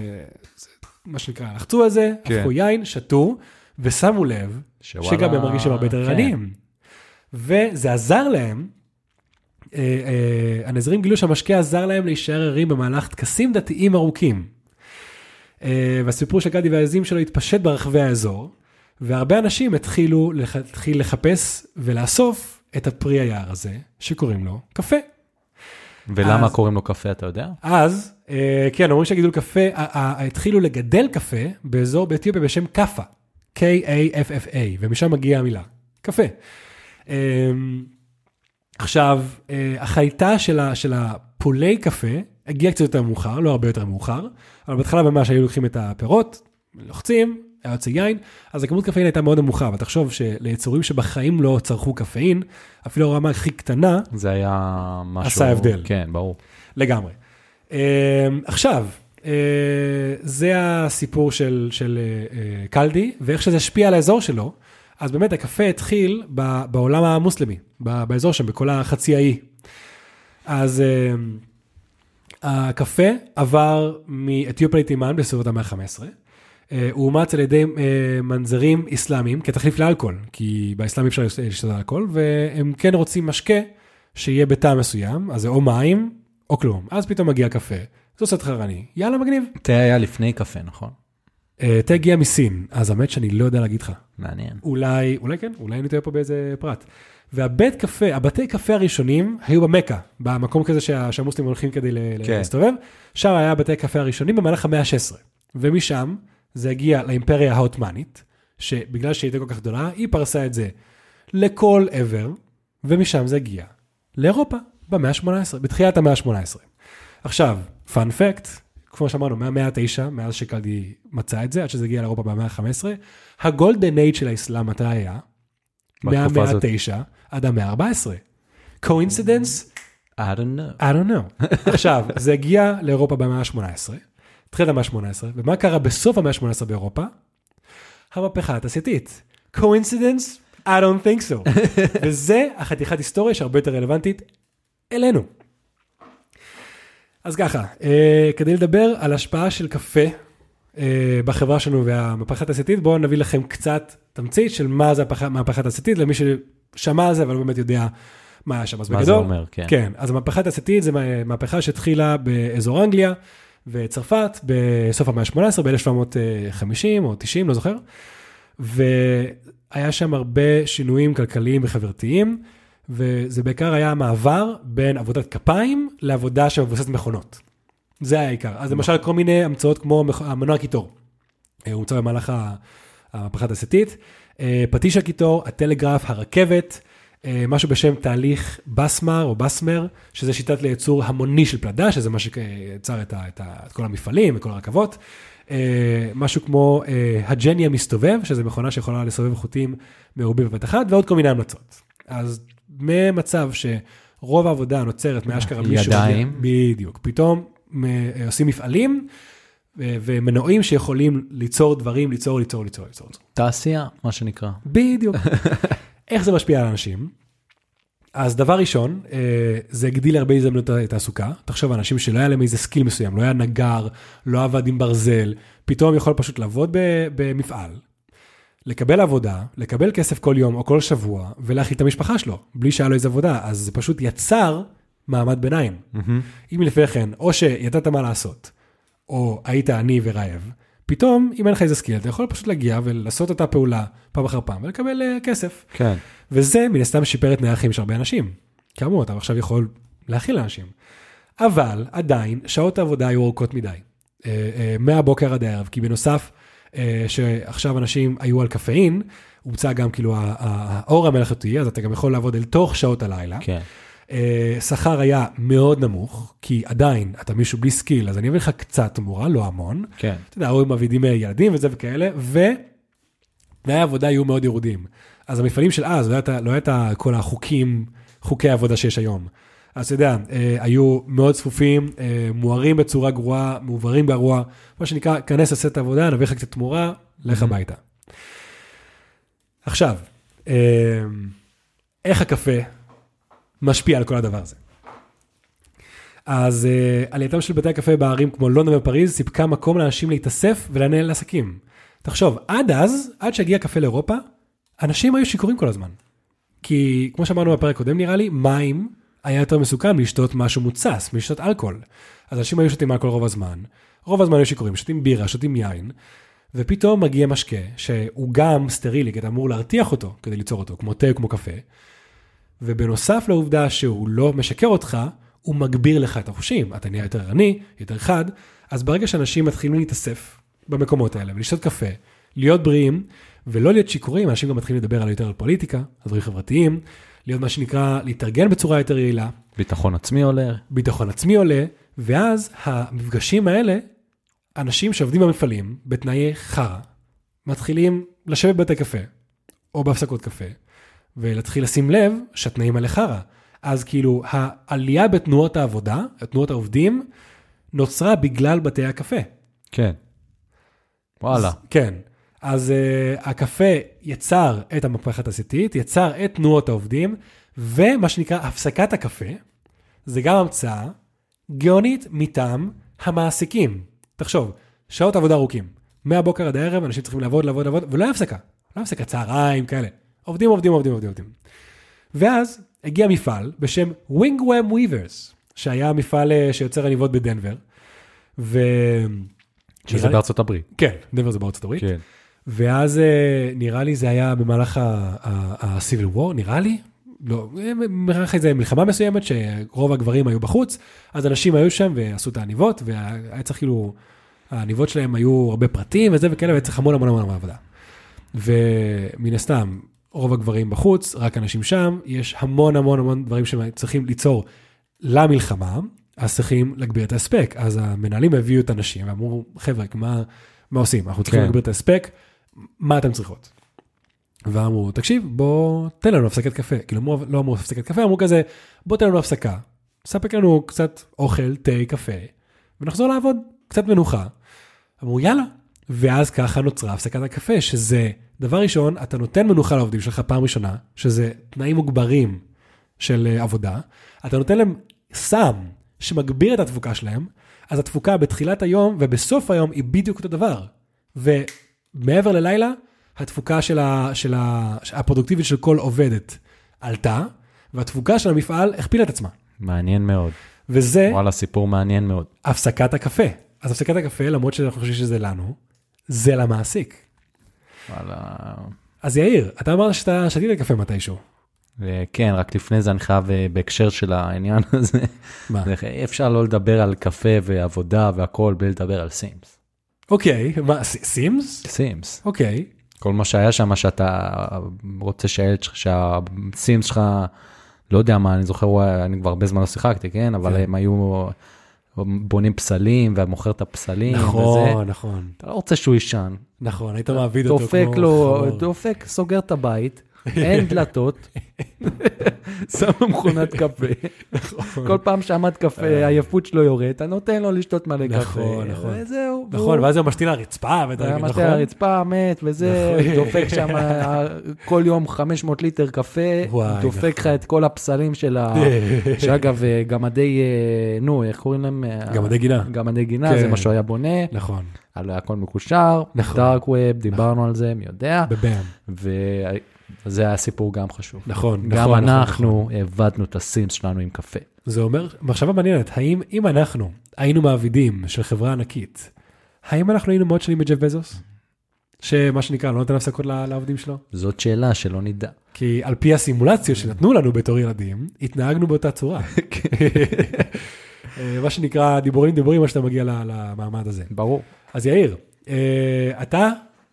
S1: זה, מה שנקרא, לחצו על זה,
S2: כן.
S1: הפכו יין, שתו, ושמו לב
S2: שוואלה,
S1: שגם הם מרגישים הרבה יותר
S2: כן.
S1: ערניים. וזה עזר להם, אה, אה, הנזרים גילו שהמשקה עזר להם להישאר ערים במהלך טקסים דתיים ארוכים. אה, והסיפור של גדי והעזים שלו התפשט ברחבי האזור, והרבה אנשים התחילו לח- התחיל לחפש ולאסוף את הפרי היער הזה, שקוראים לו קפה.
S2: ולמה
S1: אז-
S2: קוראים לו קפה אתה יודע?
S1: אז, אה, כן, אומרים שהגידול קפה, ה- ה- ה- התחילו לגדל קפה באזור באתיופיה בשם קאפה, K-A-F-F-A, ומשם מגיעה המילה, קפה. אה, עכשיו, אה, החייטה של, ה- של הפולי קפה הגיעה קצת יותר מאוחר, לא הרבה יותר מאוחר, אבל בהתחלה ממש היו לוקחים את הפירות, לוחצים, היה יוצא יין, אז הכמות קפאין הייתה מאוד נמוכה, אבל תחשוב שליצורים שבחיים לא צרכו קפאין, אפילו הרמה הכי קטנה,
S2: זה היה משהו...
S1: עשה הבדל.
S2: כן, ברור.
S1: לגמרי. אמ, עכשיו, אה, זה הסיפור של, של אה, אה, קלדי, ואיך שזה השפיע על האזור שלו. אז באמת הקפה התחיל ב, בעולם המוסלמי, ב, באזור שם, בכל החצי האי. אז אמ, הקפה עבר מאתיופיה לתימן בסביבות המאה ה-15. אה, הוא אומץ על ידי אה, מנזרים אסלאמיים כתחליף לאלכוהול, כי באסלאם אי אפשר לש- לשתות אלכוהול, והם כן רוצים משקה שיהיה בטעם מסוים, אז זה או מים או כלום. אז פתאום מגיע קפה, זה עושה אותך ערני, יאללה מגניב.
S2: תה היה לפני קפה, נכון?
S1: אה, תה הגיע מסין, אז האמת שאני לא יודע להגיד לך.
S2: מעניין.
S1: אולי, אולי כן, אולי אני טועה פה באיזה פרט. והבית קפה, הבתי קפה הראשונים היו במכה, במקום כזה שה, שהמוסלמים הולכים כדי ל-
S2: כן.
S1: להסתובב, שם היה הבתי הקפה הראשונים במהלך המאה ה-16. ומשם זה הגיע לאימפריה העות'מאנית, שבגלל שהיא הייתה כל כך גדולה, היא פרסה את זה לכל עבר, ומשם זה הגיע לאירופה במאה ה-18, בתחילת המאה ה-18. עכשיו, פאנ פקט, כמו שאמרנו, מהמאה ה-9, מאז שקלדי מצא את זה, עד שזה הגיע לאירופה במאה ה-15, הגולדן אייד של האסלאם מתי היה?
S2: בתקופה
S1: מהמאה
S2: הזאת.
S1: ה-9 עד המאה ה-14. קואינסידנס?
S2: I don't know.
S1: I don't know. עכשיו, זה הגיע לאירופה במאה ה-18, תחילת המאה ה-18, ומה קרה בסוף המאה ה-18 באירופה? המהפכה התעשייתית. קואינסידנס? I don't think so.
S2: [LAUGHS]
S1: וזה החתיכת היסטוריה שהרבה יותר רלוונטית אלינו. אז ככה, אה, כדי לדבר על השפעה של קפה אה, בחברה שלנו והמהפכה התעשייתית, בואו נביא לכם קצת תמצית של מה זה הפכה- מהפכה התעשייתית, למי ששמע על זה אבל לא באמת יודע מה היה שם. אז
S2: מה זה
S1: בגדול,
S2: אומר, כן.
S1: כן, אז המהפכה התעשייתית זה מהפכה שהתחילה באזור אנגליה וצרפת בסוף המאה ה-18, ב-1750 או 90, לא זוכר. וה- היה שם הרבה שינויים כלכליים וחברתיים, וזה בעיקר היה המעבר בין עבודת כפיים לעבודה שמבוססת מכונות. זה היה העיקר. אז למשל כל מיני המצאות כמו מכ- המנוע קיטור. אה, הוא הומצא במהלך ה- המהפכה התעשייתית. אה, פטיש הקיטור, הטלגרף, הרכבת, אה, משהו בשם תהליך בסמר או בסמר, שזה שיטת לייצור המוני של פלדה, שזה מה שיצר את, ה- את, ה- את כל המפעלים, את כל הרכבות. אה, משהו כמו אה, הג'ני המסתובב, שזה מכונה שיכולה לסובב חוטים מרובים בבת אחת, ועוד כל מיני המלצות. אז ממצב שרוב העבודה נוצרת מאשכרה מישהו...
S2: ידיים.
S1: בדיוק. פתאום מ- עושים מפעלים ו- ומנועים שיכולים ליצור דברים, ליצור, ליצור, ליצור, ליצור. ליצור.
S2: תעשייה, מה שנקרא.
S1: בדיוק. איך זה משפיע על אנשים? אז דבר ראשון, אה, זה הגדיל הרבה הזדמנות תעסוקה. תחשוב, אנשים שלא היה להם איזה סקיל מסוים, לא היה נגר, לא עבד עם ברזל, פתאום יכול פשוט לעבוד ב- במפעל, לקבל עבודה, לקבל כסף כל יום או כל שבוע, ולהאכיל את המשפחה שלו, בלי שהיה לו איזה עבודה. אז זה פשוט יצר מעמד ביניים. אם לפני כן, או שידעת מה לעשות, או היית עני ורעב, פתאום, אם אין לך איזה סקיל, אתה יכול פשוט להגיע ולעשות אותה פעולה פעם אחר פעם ולקבל אה, כסף.
S2: כן.
S1: וזה מן הסתם שיפר את תנאי החיים של הרבה אנשים. כאמור, אתה עכשיו יכול להכיל אנשים. אבל עדיין, שעות העבודה היו ארוכות מדי. אה, אה, מהבוקר עד הערב, כי בנוסף, אה, שעכשיו אנשים היו על קפאין, הומצא גם כאילו ה- ה- האור המלאכותי, אז אתה גם יכול לעבוד אל תוך שעות הלילה.
S2: כן.
S1: אה, שכר היה מאוד נמוך, כי עדיין אתה מישהו בלי סקיל, אז אני אביא לך קצת תמורה, לא המון.
S2: כן.
S1: אתה יודע, ההורים מעבידים אה, ילדים וזה וכאלה, ותנאי העבודה יהיו מאוד ירודים. אז המפעלים של אז, לא הייתה לא היה את כל החוקים, חוקי העבודה שיש היום. אז אתה יודע, אה, היו מאוד צפופים, אה, מוארים בצורה גרועה, מעוברים גרוע, מה שנקרא, כנס לעשות את העבודה, נביא לך קצת תמורה, לך הביתה. עכשיו, אה, איך הקפה משפיע על כל הדבר הזה? אז uh, עלייתם של בתי הקפה בערים כמו לונדון ופריז סיפקה מקום לאנשים להתאסף ולנהל עסקים. תחשוב, עד אז, עד שהגיע קפה לאירופה, אנשים היו שיכורים כל הזמן. כי כמו שאמרנו בפרק קודם נראה לי, מים היה יותר מסוכן מלשתות משהו מוצס, מלשתות אלכוהול. אז אנשים היו שותים אלכוהול רוב הזמן, רוב הזמן היו שיכורים, שותים בירה, שותים יין, ופתאום מגיע משקה, שהוא גם סטרילי, כי אתה אמור להרתיח אותו כדי ליצור אותו, כמו תה, כמו קפה, ובנוסף לעובדה שהוא לא משקר אותך, הוא מגביר לך את החושים, אתה נהיה יותר ערני, יותר חד, אז ברגע שאנשים מתחילים להתאסף במקומות האלה ולשתות קפה, להיות בריאים ולא להיות שיכורים, אנשים גם מתחילים לדבר על יותר על פוליטיקה, על דברים חברתיים, להיות מה שנקרא להתארגן בצורה יותר יעילה,
S2: ביטחון עצמי עולה.
S1: ביטחון עצמי עולה, ואז המפגשים האלה, אנשים שעובדים במפעלים בתנאי חרא, מתחילים לשבת בבתי קפה, או בהפסקות קפה, ולהתחיל לשים לב שהתנאים האלה חרא. אז כאילו, העלייה בתנועות העבודה, תנועות העובדים, נוצרה בגלל בתי הקפה.
S2: כן. וואלה.
S1: אז- כן. אז uh, הקפה יצר את המהפכה התעשייתית, יצר את תנועות העובדים, ומה שנקרא הפסקת הקפה, זה גם המצאה גאונית מטעם המעסיקים. תחשוב, שעות עבודה ארוכים, מהבוקר עד הערב אנשים צריכים לעבוד, לעבוד, לעבוד, ולא היה הפסקה, לא היה הפסקה, צהריים, כאלה. עובדים, עובדים, עובדים, עובדים, עובדים. ואז הגיע מפעל בשם ווינגוואם וויברס, שהיה מפעל אה, שיוצר עניבות בדנבר, ו...
S2: שזה בארצות הברית.
S1: כן, דנבר זה בארצות הברית.
S2: כן.
S1: ואז אה, נראה לי זה היה במהלך ה-Civil War, נראה לי. לא, במהלך איזה מלחמה מסוימת שרוב הגברים היו בחוץ, אז אנשים היו שם ועשו את העניבות, והיה צריך כאילו, העניבות שלהם היו הרבה פרטים וזה וכאלה, והיה צריך המון המון המון המון עבודה. ומן הסתם, רוב הגברים בחוץ, רק אנשים שם, יש המון המון המון דברים שצריכים ליצור למלחמה, אז צריכים להגביר את ההספק. אז המנהלים הביאו את הנשים ואמרו, חבר'ה, מה, מה עושים? אנחנו צריכים
S2: כן.
S1: להגביר את ההספק, מה אתם צריכות? ואמרו, תקשיב, בוא, תן לנו הפסקת קפה. כאילו, אמרו, לא אמרו הפסקת קפה, אמרו כזה, בוא תן לנו הפסקה, ספק לנו קצת אוכל, תה, קפה, ונחזור לעבוד, קצת מנוחה. אמרו, יאללה. ואז ככה נוצרה הפסקת הקפה, שזה, דבר ראשון, אתה נותן מנוחה לעובדים שלך פעם ראשונה, שזה תנאים מוגברים של אה, עבודה, אתה נותן להם סם שמגביר את התפוקה שלהם, אז התפוקה בתחילת היום ובסוף היום היא בדיוק אותו דבר. ומעבר ללילה, התפוקה של, ה, של ה, הפרודוקטיבית של כל עובדת עלתה, והתפוקה של המפעל הכפילה את עצמה.
S2: כן, מעניין מאוד.
S1: וזה
S2: וואלה, סיפור מעניין מאוד.
S1: הפסקת הקפה. אז הפסקת הקפה, למרות שאנחנו חושבים שזה לנו, זה למעסיק.
S2: וואלה.
S1: אז יאיר, אתה אמרת שאתה שתית קפה מתישהו.
S2: וכן, אה, כן, רק לפני זה אני חייב אה, בהקשר של העניין [LAUGHS] הזה,
S1: מה?
S2: זה- אי אפשר לא לדבר על קפה ועבודה והכל בלי לדבר על סימס.
S1: אוקיי, מה, ס- סימס?
S2: סימס.
S1: אוקיי.
S2: כל מה שהיה שם שאתה רוצה שהילד שלך, שהסימס שלך, לא יודע מה, אני זוכר, הוא היה- אני כבר הרבה זמן לא שיחקתי, כן? אבל
S1: כן.
S2: הם היו בונים פסלים והמוכר את הפסלים. וזה.
S1: נכון, נכון,
S2: אתה לא רוצה שהוא יישן.
S1: נכון, היית מעביד אותו
S2: דופק
S1: כמו נכון.
S2: לו,
S1: חמור.
S2: דופק, סוגר את הבית,
S1: [LAUGHS]
S2: אין דלתות, שם לו מכונת
S1: [LAUGHS]
S2: קפה.
S1: נכון.
S2: כל פעם שעמד קפה, העייפות שלו יורד, אתה נותן לו לשתות מלא קפה.
S1: אה. נכון, נכון.
S2: וזהו.
S1: נכון,
S2: והוא-
S1: ואז הוא משתין על הרצפה, ואתה-
S2: היה
S1: נכון?
S2: מטה הרצפה, מת, וזה,
S1: נכון.
S2: דופק
S1: [LAUGHS]
S2: שם כל יום 500 ליטר קפה,
S1: וואי, נכון.
S2: דופק לך את כל הפסלים של
S1: [LAUGHS]
S2: ה... שאגב, אה, גמדי, אה, נו, איך קוראים להם? אה,
S1: גמדי גינה.
S2: גמדי גינה, זה
S1: כן.
S2: מה שהוא היה בונה,
S1: נכון,
S2: על הכל מקושר,
S1: נכון.
S2: דארק ווב, דיברנו על זה, מי יודע,
S1: בבאם.
S2: וזה היה סיפור גם חשוב.
S1: נכון,
S2: גם
S1: נכון, נכון,
S2: אנחנו עבדנו את הסימס שלנו עם קפה.
S1: זה אומר, מחשבה מעניינת, האם אם אנחנו היינו מעבידים של חברה ענקית, האם אנחנו היינו מאוד שונים מג'ף בזוס? שמה שנקרא, לא נותן הפסקות ל- לעובדים שלו?
S2: זאת שאלה שלא נדע.
S1: כי על פי הסימולציה שנתנו לנו בתור ילדים, התנהגנו באותה צורה. אה, מה שנקרא, דיבורים דיבורים, מה שאתה מגיע ל- למעמד הזה.
S2: ברור.
S1: אז יאיר, אה, אתה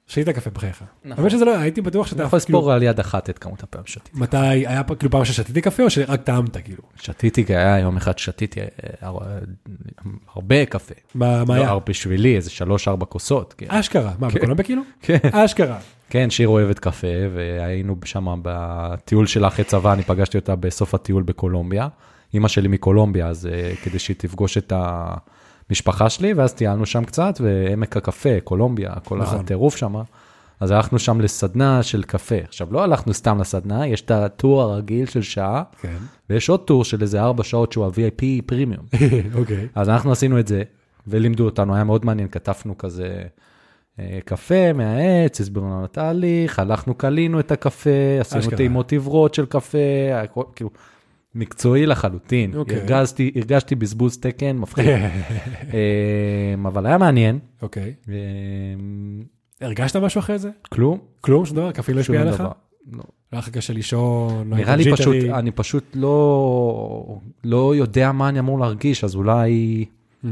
S1: שתית קפה בחייך.
S2: נכון.
S1: האמת שזה לא, הייתי בטוח שאתה...
S2: אתה יכול
S1: כאילו,
S2: לספור על יד אחת את כמות הפעמים שתיתי.
S1: מתי, היה פה- כאילו פעם ששתיתי קפה או שרק טעמת, כאילו?
S2: שתיתי, כי היה יום אחד שתיתי אה, הר- הרבה קפה.
S1: מה מה
S2: לא,
S1: היה?
S2: הר- בשבילי איזה שלוש ארבע כוסות. כן.
S1: אשכרה, מה, בקולומביה כאילו?
S2: כן.
S1: אשכרה.
S2: כן, שיר אוהבת קפה, והיינו שם בטיול שלה אחרי צבא, אני פגשתי אותה בסוף הטיול בקולומביה. אימא שלי מקולומביה, אז אה, כדי שהיא תפגוש את המשפחה שלי, ואז טיילנו שם קצת, ועמק הקפה, קולומביה, כל
S1: נכון.
S2: הטירוף שם. אז הלכנו שם לסדנה של קפה. עכשיו, לא הלכנו סתם לסדנה, יש את הטור הרגיל של שעה,
S1: כן.
S2: ויש עוד טור של איזה ארבע שעות שהוא ה-VIP פרימיום.
S1: [LAUGHS] אוקיי.
S2: אז אנחנו עשינו את זה, ולימדו אותנו, היה מאוד מעניין, כתבנו כזה אה, קפה מהעץ, הסברנו לנו את התהליך, הלכנו, קלינו את הקפה, עשינו
S1: אשכרה.
S2: טעימות עיוורות של קפה, הכל, כאילו, מקצועי לחלוטין.
S1: אוקיי.
S2: הרגזתי, הרגשתי בזבוז תקן
S1: [LAUGHS]
S2: מפחיד, אה, אבל היה מעניין,
S1: אוקיי.
S2: אה,
S1: הרגשת משהו אחרי זה?
S2: כלום,
S1: כלום, שום דבר? קפה לא
S2: שום
S1: השפיע עליך?
S2: דבר. לא.
S1: לא היה לך קשה לישון? לא
S2: נראה
S1: היית
S2: לי פשוט,
S1: ג'יטרי?
S2: אני פשוט לא, לא יודע מה אני אמור להרגיש, אז אולי...
S1: Hmm,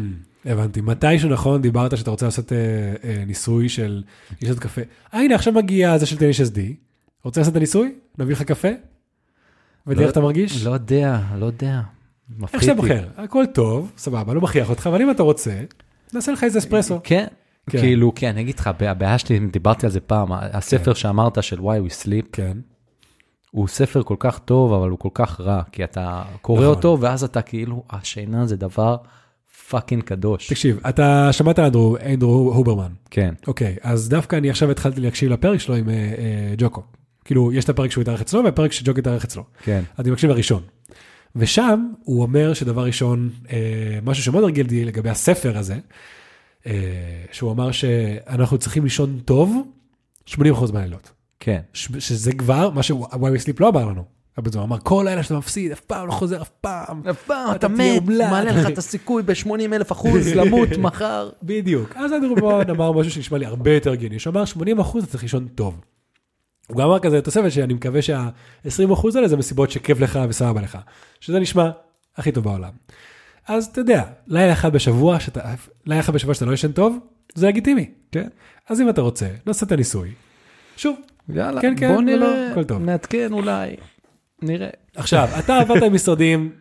S1: הבנתי. מתישהו נכון דיברת שאתה רוצה לעשות אה, אה, ניסוי של לשתות קפה. אה, הנה, עכשיו מגיע זה של TNHSD. רוצה לעשות את הניסוי? נביא לך קפה? ותראה
S2: לא-
S1: איך אתה מרגיש?
S2: לא יודע, לא יודע. מפחיד
S1: איך שאתה
S2: אותי.
S1: בוחר, הכל טוב, סבבה, לא מכריח אותך, אבל אם אתה רוצה, נעשה לך איזה אספרסו.
S2: כן.
S1: כן.
S2: כאילו, כן, אני אגיד לך, הבע- הבעיה שלי, אם דיברתי על זה פעם, הספר שאמרת של וואי הוא סליפ,
S1: כן.
S2: הוא ספר כל כך טוב, אבל הוא כל כך רע, כי אתה קורא
S1: נכון.
S2: אותו, ואז אתה כאילו, השינה זה דבר פאקינג קדוש.
S1: תקשיב, אתה שמעת על אנדרו, אנדרו הוברמן.
S2: כן,
S1: אוקיי, אז דווקא אני עכשיו התחלתי להקשיב לפרק שלו עם אה, אה, ג'וקו. כאילו, יש את הפרק שהוא התארח אצלו והפרק שג'וקו התארח אצלו.
S2: כן.
S1: אז אני מקשיב לראשון. ושם הוא אומר שדבר ראשון, אה, משהו שמאוד הרגיל אותי לגבי הספר הזה, אה, שהוא אמר שאנחנו צריכים לישון טוב 80% מהלילות.
S2: כן.
S1: ש- שזה כבר מה ש-Why We Sleep לא אמר לנו. אבל זה הוא אמר, כל לילה שאתה מפסיד, אף פעם לא חוזר, אף פעם.
S2: אף פעם
S1: אתה תהיה אומלל.
S2: הסיכוי ב-80 אלף [LAUGHS] מחר.
S1: בדיוק. אז אנדרו בון אמר משהו שנשמע לי הרבה יותר הגיוני, שאמר 80 אחוז צריך לישון טוב. הוא גם אמר כזה תוספת שאני מקווה שה-20 אחוז האלה זה מסיבות שכיף לך וסבבה לך, שזה נשמע הכי טוב בעולם. אז אתה יודע, לילה אחד בשבוע שאתה, לילה אחד בשבוע שאתה לא ישן טוב, זה לגיטימי.
S2: כן.
S1: אז אם אתה רוצה, נעשה את הניסוי. שוב,
S2: יאללה,
S1: כן, כן,
S2: בוא
S1: לא,
S2: נראה,
S1: לא, הכל טוב.
S2: נעדכן אולי, נראה.
S1: עכשיו, אתה עבדת במשרדים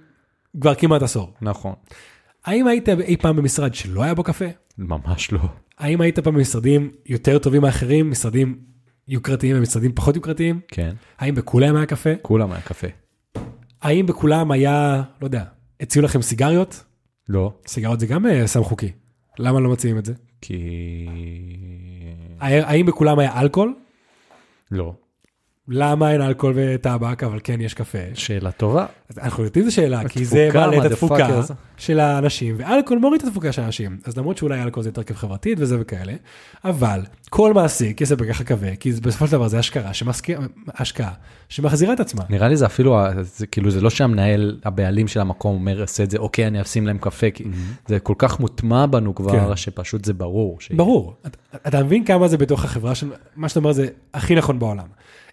S1: כבר כמעט עשור.
S2: נכון.
S1: האם היית אי פעם במשרד שלא היה בו קפה?
S2: ממש לא.
S1: האם היית פעם במשרדים יותר טובים מאחרים, משרדים יוקרתיים ומשרדים פחות יוקרתיים?
S2: כן.
S1: האם בכולם היה קפה?
S2: כולם היה קפה.
S1: האם בכולם היה, לא יודע, הציעו לכם סיגריות?
S2: לא.
S1: סיגריות זה גם אה, סם חוקי. למה לא מציעים את זה?
S2: כי...
S1: האם בכולם היה אלכוהול?
S2: לא.
S1: למה אין אלכוהול וטבק, אבל כן יש קפה?
S2: שאלה טובה.
S1: אז אנחנו יודעים זו שאלה, כי זה
S2: התפוקה,
S1: מעלה את
S2: מה the fuck
S1: התפוקה
S2: הזה?
S1: של האנשים, ואלכוהול מוריד את התפוקה של האנשים. אז למרות שאולי אלכוהול זה יותר כיף חברתית וזה וכאלה, אבל כל מעסיק יעשה בכך כווה, כי זה- בסופו של דבר זה השקעה שמזכיר- השקעה שמחזירה את עצמה.
S2: נראה לי זה אפילו, ה- זה, כאילו זה לא שהמנהל, הבעלים של המקום אומר, עשה את זה, אוקיי, אני אשים להם קפה, כי זה כל כך מוטמע בנו כבר,
S1: Mm-hmm. כן.
S2: שפשוט זה ברור. ש...
S1: ברור. אתה- אתה מבין כמה זה בתוך החברה, של- מה שאתה אומר זה הכי נכון בעולם.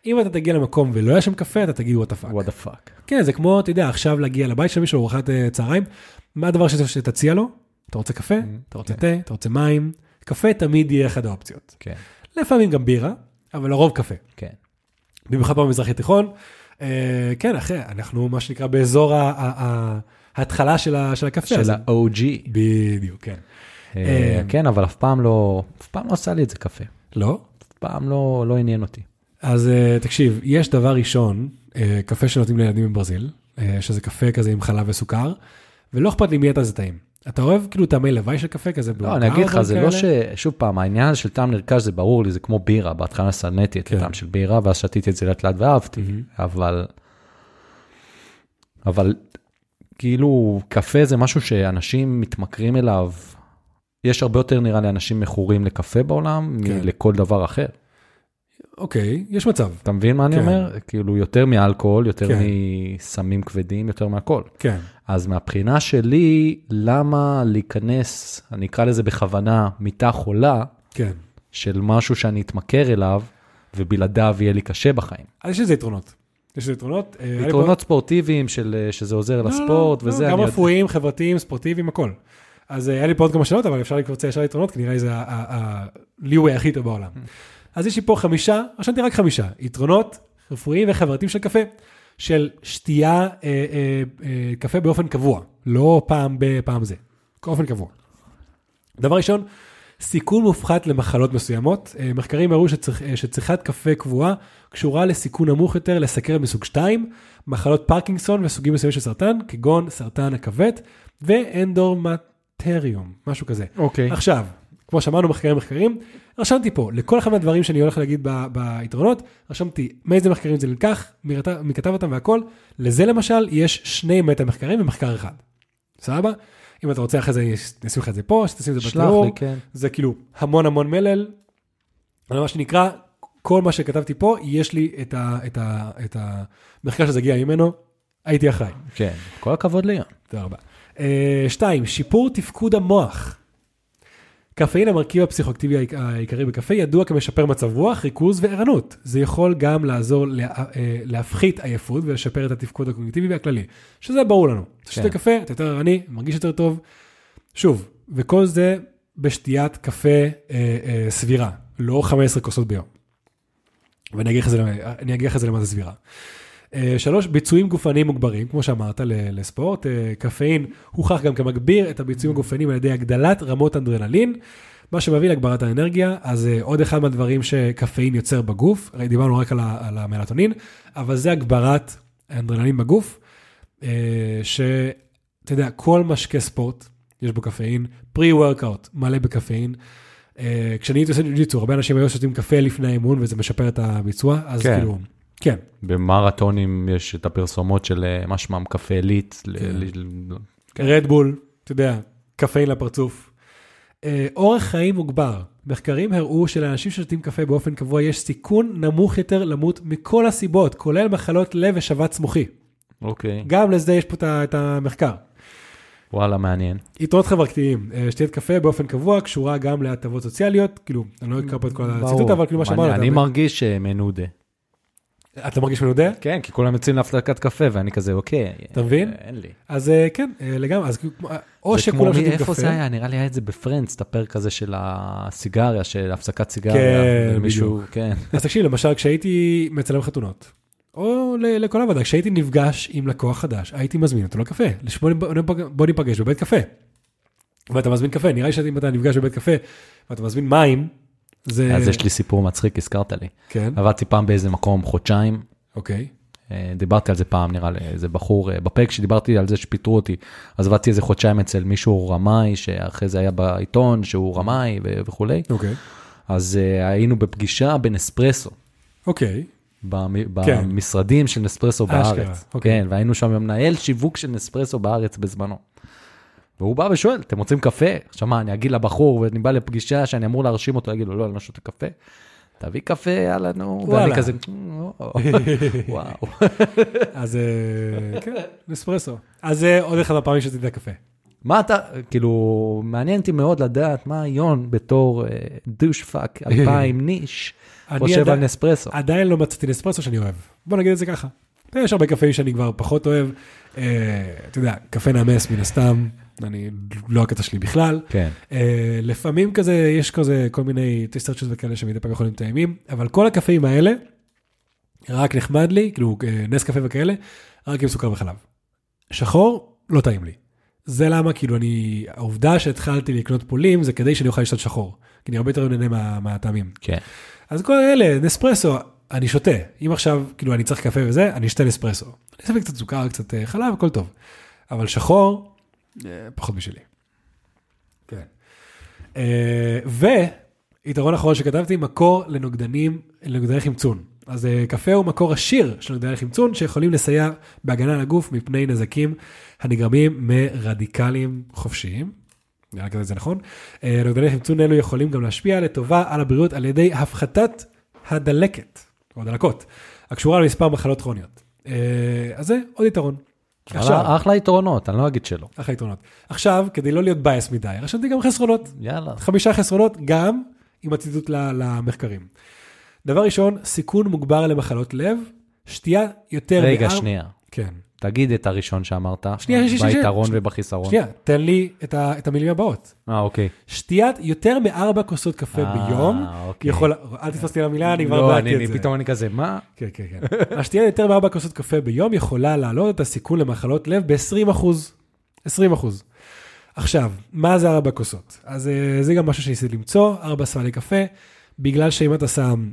S1: אם אתה תגיע למקום ולא היה שם קפה, אתה תגיד וואטה פאק.
S2: what the fuck.
S1: כן, זה כמו, אתה יודע, עכשיו להגיע לבית של מישהו ארוחת אה, צהריים, מה הדבר שת- שתציע לו? אתה רוצה קפה? אתה רוצה תה? אתה רוצה מים? קפה תמיד יהיה אחת האופציות.
S2: כן,
S1: לפעמים גם בירה, אבל לרוב קפה.
S2: כן.
S1: במיוחד פה במזרח התיכון. אה, כן, אחי, אנחנו מה שנקרא באזור ה- ה- ה- ההתחלה של ה- של הקפה.
S2: של
S1: הזה.
S2: ה-OG.
S1: בדיוק, כן.
S2: אה,
S1: אה,
S2: כן, אבל אף פעם לא, אף פעם לא עשה לי את זה קפה.
S1: לא?
S2: אף פעם לא, לא עניין אותי.
S1: אז אה, תקשיב, יש דבר ראשון, אה, קפה שנותנים לילדים בברזיל, אה, שזה קפה כזה עם חלב וסוכר, ולא אכפת לי מי אתה זה טעים. אתה אוהב כאילו טעמי לוואי של קפה כזה?
S2: לא, אני אגיד לך, זה לא ש... שוב פעם, העניין הזה של טעם נרכש זה ברור לי, זה כמו בירה, בהתחלה שנאתי את
S1: כן.
S2: הטעם של בירה, ואז שתיתי את זה לאט לאט ואהבתי, אבל... אבל כאילו, קפה זה משהו שאנשים מתמכרים אליו. יש הרבה יותר, נראה לי, אנשים מכורים לקפה בעולם,
S1: כן.
S2: מלכל דבר אחר.
S1: אוקיי, יש מצב,
S2: אתה מבין מה אני
S1: כן.
S2: אומר? כאילו, יותר מאלכוהול, יותר
S1: כן.
S2: מסמים כבדים, יותר מהכל.
S1: כן.
S2: אז מהבחינה שלי, למה להיכנס, אני אקרא לזה בכוונה, מיטה חולה,
S1: כן.
S2: של משהו שאני אתמכר אליו, ובלעדיו יהיה לי קשה בחיים.
S1: אז יש לזה יתרונות. יש לזה יתרונות. אה, היה לי פה-
S2: יתרונות ספורטיביים של אה, שזה עוזר
S1: לא, לא,
S2: לספורט
S1: לא,
S2: וזה,
S1: גם
S2: אני יודע-
S1: רפואיים, חברתיים, ספורטיביים, הכל. אז אה, היה לי פה עוד כמה שאלות, אבל אפשר לקבוצה ישר ליתרונות, כי נראה לי זה ה- ה- ה- ה-leeway הכי טוב
S2: [LAUGHS]
S1: בעולם. אז יש לי פה חמישה, רשמתי רק חמישה, יתרונות רפואיים וחברתיים של קפה, של שתייה אה, אה, אה, קפה באופן קבוע, לא פעם בפעם זה, באופן קבוע. דבר ראשון, סיכון מופחת למחלות מסוימות. אה, מחקרים הראו שצריכ, אה, שצריכת קפה קבועה קשורה לסיכון נמוך יותר לסכרת מסוג 2, מחלות פרקינסון וסוגים מסוימים של סרטן, כגון סרטן הכבד ואנדומטריום, משהו כזה.
S2: אוקיי.
S1: עכשיו, כמו שאמרנו, מחקרים מחקרים, רשמתי פה, לכל אחד מהדברים שאני הולך להגיד ב- ביתרונות, רשמתי מאיזה מחקרים זה נלקח, מי רת- מי כתב אותם והכל. לזה למשל, יש שני מטה מחקרים ומחקר אחד. סבבה? אם אתה רוצה אחרי זה, אני אשים לך את זה פה, שתשים את זה
S2: שלח
S1: בתיאור.
S2: לי, כן.
S1: זה כאילו המון המון מלל, אבל מה שנקרא, כל מה שכתבתי פה, יש לי את, ה, את, ה, את המחקר שזה הגיע ממנו, הייתי אחראי.
S2: כן, כל הכבוד ליון.
S1: תודה רבה. אה, שתיים, שיפור תפקוד המוח. קפאין המרכיב הפסיכואקטיבי העיק- העיקרי בקפה ידוע כמשפר מצב רוח, ריכוז וערנות. זה יכול גם לעזור לה, אה, להפחית עייפות ולשפר את התפקוד הקוגניטיבי והכללי, שזה ברור לנו. אתה שותה
S2: כן.
S1: קפה, אתה יותר ערני, מרגיש יותר טוב. שוב, וכל זה בשתיית קפה אה, אה, סבירה, לא 15 כוסות ביום. ואני אגיד לך את זה, אני אגיד לך את זה למה זה סבירה. אה, שלוש, ביצועים גופניים מוגברים, כמו שאמרת, ל- לספורט. אה, קפאין הוכח גם כמגביר את הביצועים הגופניים על ידי הגדלת רמות אנדרנלין, מה שמביא להגברת האנרגיה. אז אה, עוד אחד מהדברים שקפאין יוצר בגוף, הרי דיברנו רק על, ה- על המלטונין, אבל זה הגברת האנדרנלין בגוף, אה, שאתה יודע, כל משקה ספורט יש בו קפאין, פרי-וורקאוט מלא בקפאין. אה, כשאני הייתי עושה ג'ו-ג'יצו, הרבה אנשים היו שותים קפה לפני האימון וזה משפר את הביצוע, אז
S2: כן.
S1: כאילו, כן.
S2: במרתונים יש את הפרסומות של אה, מה שמם קפה עילית. ל-
S1: כן.
S2: ל- ל- כן.
S1: רדבול, אתה יודע, קפאין לפרצוף. אה, אורח חיים מוגבר. מחקרים הראו שלאנשים ששותים קפה באופן קבוע יש סיכון נמוך יותר למות מכל הסיבות, כולל מחלות לב ושבץ מוחי.
S2: אוקיי,
S1: גם לזה יש פה את ה- את המחקר.
S2: וואלה, מעניין.
S1: יתרונות חברתיים, אה, שתיית קפה באופן קבוע קשורה גם להטבות סוציאליות, כאילו, אני לא אקרא פה את כל הציטוט,
S2: ברור.
S1: אבל כאילו מה
S2: מעניין,
S1: שאמרנו,
S2: אני
S1: אתה-
S2: מרגיש אה, מנודה.
S1: אתה מרגיש מנודה?
S2: כן, כי כולם יוצאים להפלגת קפה, ואני כזה, אוקיי.
S1: אתה מבין?
S2: אה, אין לי.
S1: אז אה, כן, אה, לגמרי, אז כאילו, כמו- או
S2: זה כמו
S1: שכולם
S2: מי,
S1: שותים קפה.
S2: איפה זה היה? נראה לי היה את זה בפרנדס, את הפרק הזה של הסיגריה, של הפסקת סיגריה.
S1: כן,
S2: מישהו, כן.
S1: אז תקשיב, למשל, כשהייתי מצלם חתונות, או ל- לכל עבודה, כשהייתי נפגש עם לקוח חדש, הייתי מזמין אותו לקפה, לש- בוא נפג- בוא ניפגש בבית קפה. ואתה מזמין קפה, נראה לי שאם אתה נפגש בבית קפה, ואתה מזמין מים, זה...
S2: אז יש לי סיפור מצחיק, הזכרת לי.
S1: כן,
S2: עבדתי פעם באיזה מקום חודשיים,
S1: אוקיי.
S2: אה, דיברתי על זה פעם, נראה לי, איזה בחור, אה, בפרק שדיברתי על זה שפיטרו אותי, אז עבדתי איזה חודשיים אצל מישהו רמאי, שאחרי זה היה בעיתון, שהוא רמאי ו- וכולי.
S1: אוקיי.
S2: אז אה, היינו בפגישה בנספרסו,
S1: אוקיי.
S2: במ-
S1: כן.
S2: במשרדים של נספרסו
S1: אשכרה,
S2: בארץ.
S1: אוקיי.
S2: כן, והיינו שם עם מנהל שיווק של נספרסו בארץ בזמנו. והוא בא ושואל, אתם רוצים קפה? עכשיו מה, אני אגיד לבחור, ואני בא לפגישה שאני אמור להרשים אותו, להגיד לו, לא, אני לא שותה קפה. תביא קפה, יאללה, נו.
S1: וואלה.
S2: ואני כזה, "אה,
S1: [LAUGHS]
S2: וואו.
S1: אז אה, כן, נספרסו. אז אה, עוד אחד הפעמים שתדע קפה.
S2: מה אתה, כאילו, מעניין אותי מאוד לדעת מה יון בתור אה, דוש פאק
S1: [LAUGHS]
S2: 2000 ניש
S1: אני
S2: חושב
S1: עדיין-
S2: על נספרסו.
S1: עדיין לא מצאתי נספרסו שאני אוהב. בוא נגיד את זה ככה. יש הרבה קפאים שאני כבר פחות אוהב. אה, אתה יודע, קפה נעמס מן הסתם, אני לא הקטע שלי בכלל.
S2: כן.
S1: אה, לפעמים כזה, יש כזה כל מיני טסטרצ'ות וכאלה שמדי פעם יכולים טעימים, אבל כל הקפאים האלה, רק נחמד לי, כאילו אה, נס קפה וכאלה, רק עם סוכר וחלב. שחור, לא טעים לי. זה למה, כאילו, אני, העובדה שהתחלתי לקנות פולים זה כדי שאני אוכל לשתות שחור. כי אני הרבה יותר נהנה מה- מהטעמים.
S2: כן.
S1: אז כל אלה, נספרסו, אני שותה. אם עכשיו, כאילו, אני צריך קפה וזה, אני אשתה נספרסו. אני אשתה קצת סוכר, קצת אה, חלב, הכל טוב. אבל שחור, אה, פחות בשבילי. כן. אה, ויתרון אחרון שכתבתי, מקור לנוגדנים, לנוגדני חמצון. אז אה, קפה הוא מקור עשיר של נוגדני חמצון, שיכולים לסייע בהגנה על הגוף מפני נזקים הנגרמים מרדיקלים חופשיים. נראה כזה זה נכון. אה, נוגדני חמצון אלו יכולים גם להשפיע לטובה על הבריאות על ידי הפחתת הדלקת, או הדלקות, הקשורה למספר מחלות כרוניות. אה, אז זה עוד יתרון.
S2: עכשיו. אחלה יתרונות, אני לא אגיד שלא.
S1: אחלה יתרונות. עכשיו, כדי לא להיות בייס מדי, רשמתי גם חסרונות.
S2: יאללה.
S1: חמישה חסרונות, גם עם הציטוט ל- למחקרים. דבר ראשון, סיכון מוגבר למחלות לב, שתייה יותר...
S2: רגע,
S1: מאר-
S2: שנייה.
S1: כן.
S2: תגיד את הראשון שאמרת,
S1: שנייה, שנייה, שנייה.
S2: ביתרון
S1: שנייה.
S2: ובחיסרון.
S1: שנייה, תן לי את, ה, את המילים הבאות.
S2: אה, אוקיי.
S1: שתיית יותר מארבע כוסות קפה
S2: אה,
S1: ביום,
S2: אוקיי.
S1: יכול... אל תתפסתי למילה, אני כבר
S2: לא,
S1: באתי את
S2: אני-
S1: זה.
S2: פתאום אני כזה, מה?
S1: כן, כן, [LAUGHS] כן. השתייה יותר מארבע כוסות קפה ביום יכולה להעלות את הסיכון למחלות לב ב-20 אחוז. 20 אחוז. עכשיו, מה זה ארבע כוסות? אז אה, זה גם משהו שניסיתי למצוא, ארבע סמלי קפה, בגלל שאם אתה שם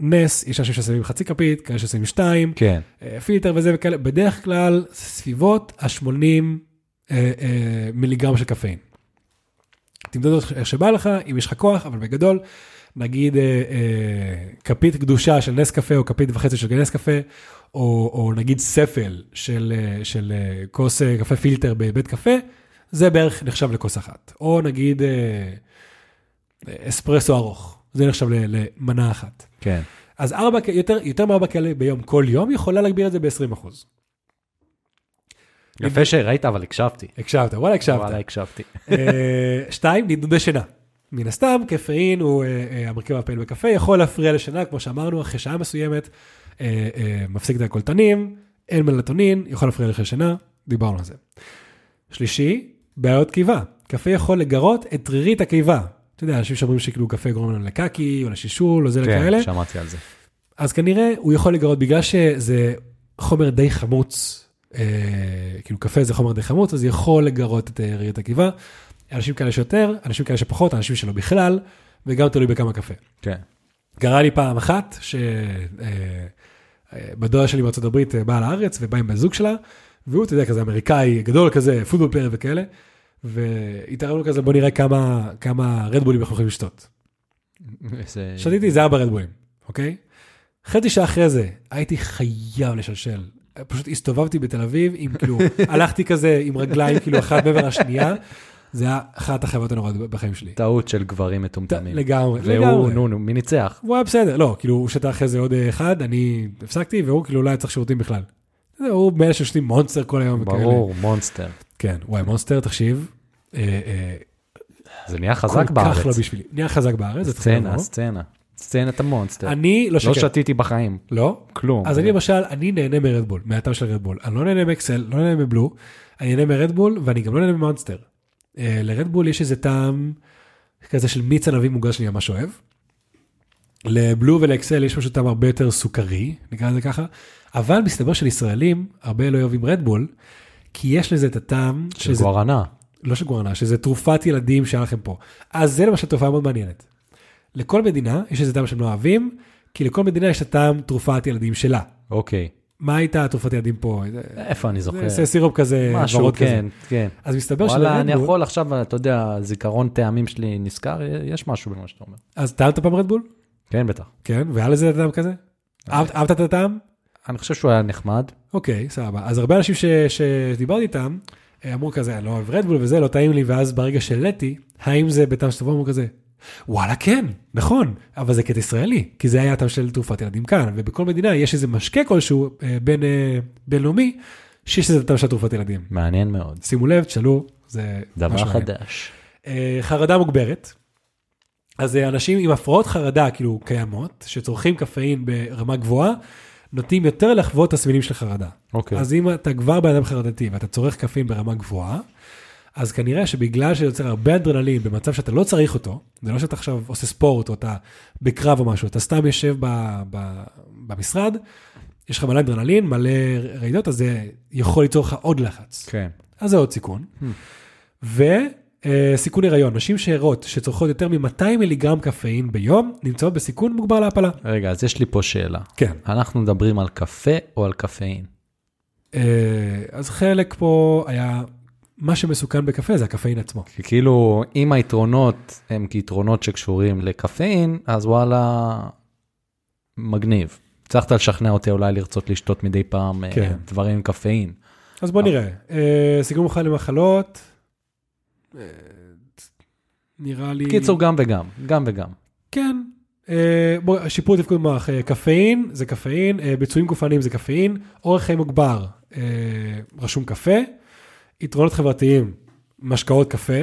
S1: נס, יש אנשים ששמים חצי כפית, כאלה ששמים שתיים,
S2: כן.
S1: אה, פילטר וזה וכאלה, בדרך כלל סביבות ה-80 אה, אה, מיליגרם של קפאין. תמדוד איך שבא לך, אם יש לך כוח, אבל בגדול, נגיד אה, אה, כפית קדושה של נס קפה, או כפית וחצי של נס קפה, או, או נגיד ספל של, אה, של אה, כוס אה, קפה פילטר בבית קפה, זה בערך נחשב לכוס אחת. או נגיד אה, אה, אספרסו ארוך, זה נחשב ל- למנה אחת.
S2: כן.
S1: אז ארבע, כ- יותר, יותר מארבע כאלה ביום כל יום יכולה להגביר את זה ב-20 אחוז.
S2: יפה שראית, אבל הקשבתי.
S1: הקשבת, וואלה הקשבת.
S2: וואלה, הקשבתי.
S1: אה, שתיים, נדנודי שינה. מן הסתם, קפאין הוא אה, אה, המרכיב הפעיל בקפה, יכול להפריע לשינה, כמו שאמרנו, אחרי שעה מסוימת, אה, אה, מפסיק את הקולטנים, אין מלטונין, יכול להפריע לך לשינה, דיברנו על זה. שלישי, בעיות קיבה. קפה יכול לגרות את רירית הקיבה. אתה יודע, אנשים שאומרים שכאילו קפה גורם לנו לקקי, או לשישול, או זה
S2: כן,
S1: לכאלה.
S2: שמעתי על זה.
S1: אז כנראה הוא יכול לגרות בגלל שזה חומר די חמוץ, אה, כאילו קפה זה חומר די חמוץ, אז יכול לגרות את אה, ראיית הקיבה. אנשים כאלה שיותר, אנשים כאלה שפחות, אנשים שלא בכלל, וגם תלוי בכמה קפה.
S2: כן.
S1: קרה לי פעם אחת שבדודה שלי בארצות הברית אה, באה לארץ ובאה עם בן זוג שלה, והוא, אתה יודע, כזה אמריקאי גדול כזה, פוטבול פלייר וכאלה, והתערבנו כזה, בוא נראה כמה, כמה רדבולים אנחנו יכולים לשתות.
S2: איזה-
S1: שתיתי איזה ארבע רדבויים, אוקיי? חצי שעה אחרי זה הייתי חייב לשלשל. פשוט הסתובבתי בתל אביב עם
S2: [LAUGHS]
S1: כאילו, הלכתי כזה עם רגליים כאילו אחת מעבר השנייה, זה היה אחת החוויות הנוראות בחיים שלי.
S2: טעות של גברים מטומטמים.
S1: לגמרי,
S2: והוא,
S1: לגמרי.
S2: נו, נו, מי ניצח?
S1: הוא היה בסדר, לא, כאילו הוא שתה אחרי זה עוד אה, אחד, אני הפסקתי והוא כאילו לא היה צריך שירותים בכלל. זה, הוא מאלה ששותים מונסטר כל היום וכאלה.
S2: ברור, מונסטר.
S1: כן, וואי, מונסטר, תקשיב. אה, אה,
S2: זה נהיה חזק
S1: כל כך לא
S2: בארץ.
S1: בשבילי. נהיה חזק בארץ, זה צריך
S2: סצנה,
S1: לבוא.
S2: סצנה. סצנת המונסטר.
S1: אני לא שקט.
S2: לא שתיתי בחיים.
S1: לא?
S2: כלום.
S1: אז אני למשל, אני נהנה מרדבול, מהטעם של רדבול. אני לא נהנה מאקסל, לא נהנה מבלו, אני נהנה מרדבול, ואני גם לא נהנה ממונסטר. אה, לרדבול יש איזה טעם כזה של מיץ ענבים מוגז שאני ממש אוהב. לבלו ולאקסל יש פשוט טעם הרבה יותר סוכרי, נקרא לזה ככה, אבל מסתבר שלישראלים הרבה לא אוהבים רדבול, כי יש לזה את הטעם,
S2: של
S1: שזה-
S2: גוארנה.
S1: לא של גוארנה, שזה תרופת ילדים שהיה לכם פה. אז זה למשל תופעה מאוד מעניינת. לכל מדינה יש איזה טעם שהם לא אוהבים, כי לכל מדינה יש את הטעם תרופת ילדים שלה.
S2: אוקיי.
S1: מה הייתה תרופת ילדים פה? זה-
S2: איפה אני זוכר?
S1: זה סירופ כזה,
S2: אוקיי. משהו,
S1: ורוד
S2: כן,
S1: כזה.
S2: כן.
S1: אז מסתבר
S2: וואלה, אני
S1: שלרדבול-
S2: יכול עכשיו, אתה יודע, זיכרון טעמים שלי נזכר, יש משהו במה שאתה אומר.
S1: אז טעמת פעם רדבול?
S2: כן, בטח.
S1: כן, והיה לזה טעם כזה?
S2: אה.
S1: אהבת אהבת את הטעם?
S2: אני חושב שהוא היה נחמד.
S1: אוקיי, סבבה. אז הרבה אנשים ש- שדיברתי איתם, אה, אמרו כזה, אני לא אוהב רדבול וזה, לא טעים לי, ואז ברגע שהעליתי, האם זה בטעם של תבוא, אמרו כזה, וואלה כן, נכון, אבל זה קטע ישראלי, כי זה היה הטעם של תרופת ילדים כאן, ובכל מדינה יש איזה משקה כלשהו אה, בין, אה, בינלאומי, שיש איזה טעם של תרופת ילדים.
S2: מעניין מאוד.
S1: שימו לב, תשאלו, זה
S2: דבר
S1: משהו מעניין.
S2: חדש.
S1: אה, חרדה מוגברת. אז אה, אנשים עם הפרעות חרדה כאילו קיימות, שצורכים קפאין ברמה גבוהה, נוטים יותר לחוות תסמינים של חרדה.
S2: אוקיי.
S1: אז אם אתה כבר בן אדם חרדתי ואתה צורך קפאין ברמה גבוהה, אז כנראה שבגלל שיוצר הרבה אדרנלין במצב שאתה לא צריך אותו, זה לא שאתה עכשיו עושה ספורט או אתה בקרב או משהו, אתה סתם יושב ב, ב, במשרד, יש לך מלא אדרנלין, מלא רעידות, אז זה יכול ליצור לך עוד לחץ.
S2: כן.
S1: אז זה עוד סיכון. Hmm. וסיכון הריון, נשים שערות שצורכות יותר מ-200 מיליגרם קפאין ביום, נמצאות בסיכון מוגבר להפלה.
S2: רגע, אז יש לי פה שאלה.
S1: כן.
S2: אנחנו מדברים על קפה או על קפאין?
S1: אה, אז חלק פה היה, מה שמסוכן בקפה זה הקפאין עצמו.
S2: כי כאילו, אם היתרונות הם כיתרונות שקשורים לקפאין, אז וואלה, מגניב. הצלחת לשכנע אותי אולי לרצות לשתות מדי פעם אה,
S1: כן.
S2: דברים עם קפאין.
S1: אז בוא נראה. אה, סיכון מוכן למחלות, אה, נראה לי...
S2: בקיצור, גם וגם, גם וגם.
S1: כן. אה, בוא, שיפור תפקוד מוח, אה, קפאין זה קפאין, אה, ביצועים גופניים זה קפאין, אורך חיים מוגבר, אה, רשום קפה, יתרונות חברתיים, משקאות קפה,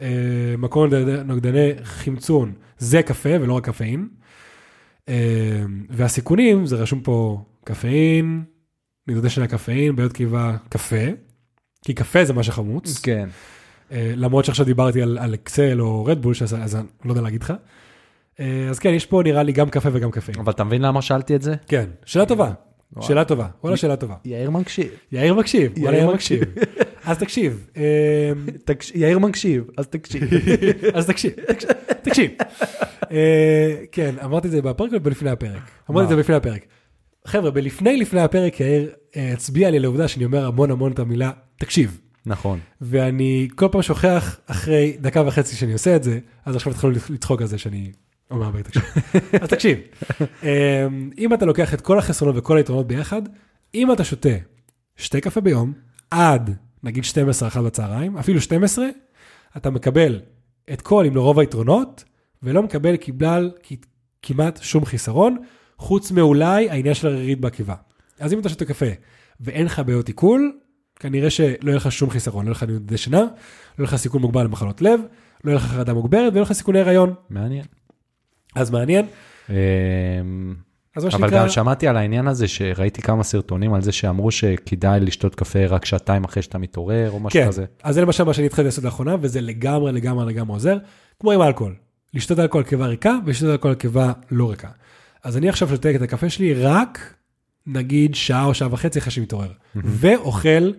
S1: אה, מקור נוגדני- נוגדני חמצון זה קפה ולא רק קפאין, אה, והסיכונים זה רשום פה קפאין, נדודי שינה קפאין, בעיות קיבה קפה, כי קפה זה מה שחמוץ.
S2: כן.
S1: אה, למרות שעכשיו דיברתי על, על אקסל או רדבול, שאז, אז אני לא יודע להגיד לך. אה, אז כן, יש פה נראה לי גם קפה וגם קפאין.
S2: אבל אתה מבין למה שאלתי את זה?
S1: כן, שאלה טובה, שאלה טובה, וואלה שאלה טובה.
S2: יאיר מקשיב.
S1: יאיר מקשיב, וואלה
S2: יאיר
S1: יאיר מקשיב. אז תקשיב, אה,
S2: יאיר מקשיב, אז תקשיב.
S1: [LAUGHS] אז תקשיב, תקשיב, תקשיב. אה, כן, אמרתי את זה בפרק או בלפני הפרק? אמרתי את זה בלפני הפרק. חבר'ה, בלפני לפני הפרק יאיר אה, הצביע לי על העובדה שאני אומר המון המון את המילה תקשיב.
S2: [LAUGHS] נכון.
S1: ואני כל פעם שוכח אחרי דקה וחצי שאני עושה את זה, אז עכשיו התחלנו לצחוק על זה שאני אומר הרבה תקשיב. אז תקשיב, אמ, אם אתה לוקח את כל החסרונות וכל היתרונות ביחד, אם אתה שותה שתי קפה ביום, עד נגיד 12-1 בצהריים, אפילו 12, אתה מקבל את כל אם לא רוב היתרונות, ולא מקבל קיבל כמעט שום חיסרון, חוץ מאולי העניין של הרירית בקיבה. אז אם אתה שותה קפה ואין לך בעיות עיכול, כנראה שלא יהיה לך שום חיסרון, לא יהיה לך נדודי שינה, לא יהיה לך סיכון מוגבר למחלות לב, לא יהיה לך חרדה מוגברת ולא יהיה לך סיכוני הריון.
S2: מעניין.
S1: אז מעניין,
S2: אמ,
S1: אז מה
S2: אבל
S1: שנקרא,
S2: גם שמעתי על העניין הזה שראיתי כמה סרטונים על זה שאמרו שכדאי לשתות קפה רק שעתיים אחרי שאתה מתעורר או משהו
S1: כן,
S2: כזה.
S1: אז זה למשל מה שאני התחלתי לעשות לאחרונה, וזה לגמרי לגמרי לגמרי עוזר, כמו עם האלכוהול, לשתות אלכוהול על קיבה ריקה ולשתות אלכוהול על קיבה לא ריקה. אז אני עכשיו שותה את הקפה שלי רק, נגיד, שעה או שעה וחצי אחרי שמתעורר, ואוכל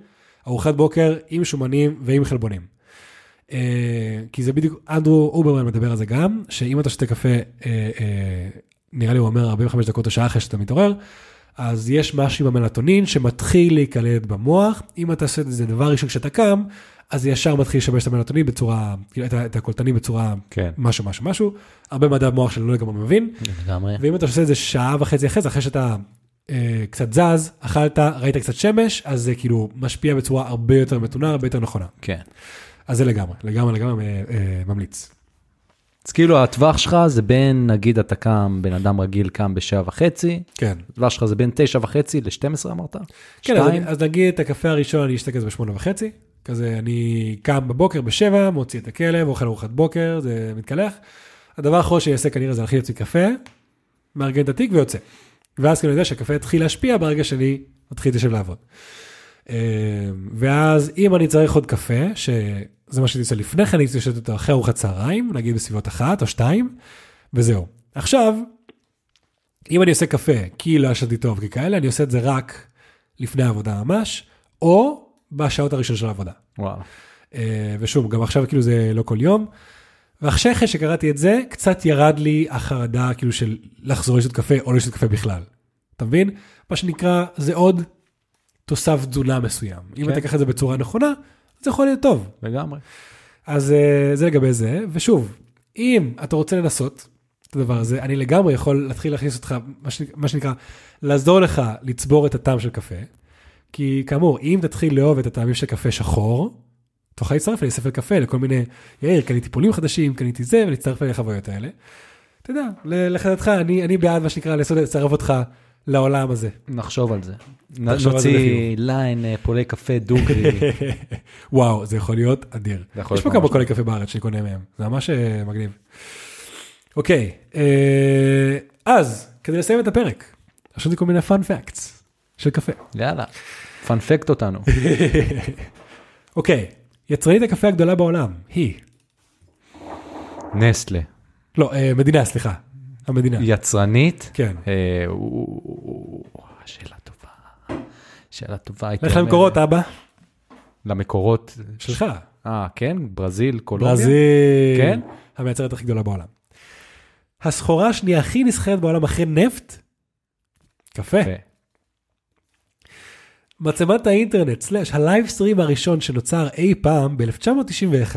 S1: ארוחת בוקר עם שומנים ועם חלבונים. אה, כי זה בדיוק, אנדרו אוברמן מדבר על זה גם, שאם אתה שותה קפה, אה, אה, נראה לי הוא אומר 45 דקות או שעה אחרי שאתה מתעורר, אז יש משהו עם המלטונין שמתחיל להיקלט במוח. אם אתה עושה את זה דבר ראשון כשאתה קם, אז זה ישר מתחיל לשבש את המלטונין בצורה, כאילו את ה- את הקולטנים בצורה
S2: כן.
S1: משהו משהו משהו. הרבה מדע במוח שאני לא לגמרי מבין.
S2: לגמרי.
S1: ואם אתה עושה את זה שעה וחצי אחרי זה, אחרי שאתה אה, קצת זז, אכלת, ראית קצת שמש, אז זה כאילו משפיע בצורה הרבה יותר מתונה, הרבה יותר נכונה.
S2: כן.
S1: אז זה לגמרי, לגמרי לגמרי אה, אה, ממליץ.
S2: אז כאילו הטווח שלך זה בין, נגיד אתה קם, בן אדם רגיל קם בשבע וחצי,
S1: כן.
S2: הטווח שלך זה בין תשע וחצי לשתים עשרה אמרת?
S1: כן, אז,
S2: שתיים?
S1: אני- אז נגיד את הקפה הראשון אני אשתה כזה בשמונה וחצי, כזה אני קם בבוקר בשבע, מוציא את הכלב, אוכל ארוחת בוקר, זה מתקלח. הדבר האחרון שאני אעשה כנראה זה להכין לעצמי קפה, מארגן את התיק ויוצא. ואז כאילו אני יודע שהקפה יתחיל להשפיע ברגע שאני מתחיל להתיישב לעבוד. אמ, ואז אם אני צריך עוד קפה, שזה מה שאני עושה לפני כן, אני רוצה לשתות אותו אחרי ארוחת צהריים, נגיד בסביבות אחת או שתיים, וזהו. עכשיו, אם אני עושה קפה כי לא ישנתי טוב ככאלה, אני עושה את זה רק לפני העבודה ממש, או בשעות הראשונות של העבודה.
S2: וואלה.
S1: אה, ושוב, גם עכשיו כאילו זה לא כל יום. ועכשיו אחרי שקראתי את זה, קצת ירד לי החרדה כאילו של לחזור לשתות קפה או לא לשתות קפה בכלל. אתה מבין? מה שנקרא, זה עוד תוסף תזונה מסוים. אם
S2: כן.
S1: אתה תיקח את זה בצורה נכונה, זה יכול להיות טוב.
S2: לגמרי.
S1: אז אה, זה לגבי זה, ושוב, אם אתה רוצה לנסות, את הדבר הזה, אני לגמרי יכול להתחיל להכניס אותך, מה שנק- מה שנקרא, לעזור לך לצבור את הטעם של קפה. כי כאמור, אם תתחיל לאהוב את הטעמים של קפה שחור, תוכל להצטרף אלי ספר קפה לכל מיני, יאיר, קניתי פולים חדשים, קניתי זה, ולהצטרף אלי לחוויות האלה. אתה יודע, ל- לחדתך, אני, אני בעד מה שנקרא לעשות- לצרף אותך לעולם הזה.
S2: נחשוב על זה. נ-
S1: נחשוב על זה
S2: נוציא ליין אה, פולי קפה דוגרי.
S1: [LAUGHS] וואו, זה יכול להיות אדיר.
S2: זה יכול
S1: יש פה
S2: להיות
S1: כמה
S2: ממש
S1: קולי קפה בארץ שאני קונה מהם, זה ממש אה, מגניב. אוקיי, אה, אז כדי לסיים את הפרק, עכשיו זה כל מיני פאנ פאקטס של קפה.
S2: יאללה,
S1: [LAUGHS]
S2: פנפקט אותנו.
S1: אוקיי, יצרנית הקפה הגדולה בעולם, היא,
S2: נסטלה,
S1: לא, אה, מדינה, סליחה, המדינה.
S2: יצרנית.
S1: כן.
S2: אה, הוא- הוא- הוא- שאלה טובה. שאלה טובה. הייתי
S1: לך אה?
S2: אומר.
S1: למקורות, אבא,
S2: למקורות.
S1: שלך.
S2: אה, כן? ברזיל, קולומביה.
S1: ברזיל,
S2: כן?
S1: המייצרת הכי גדולה בעולם. הסחורה השנייה הכי נסחרת בעולם אחרי נפט, קפה.
S2: יפה.
S1: מצלמת האינטרנט, סלאש, הלייב סטרים הראשון שנוצר אי פעם ב-1991,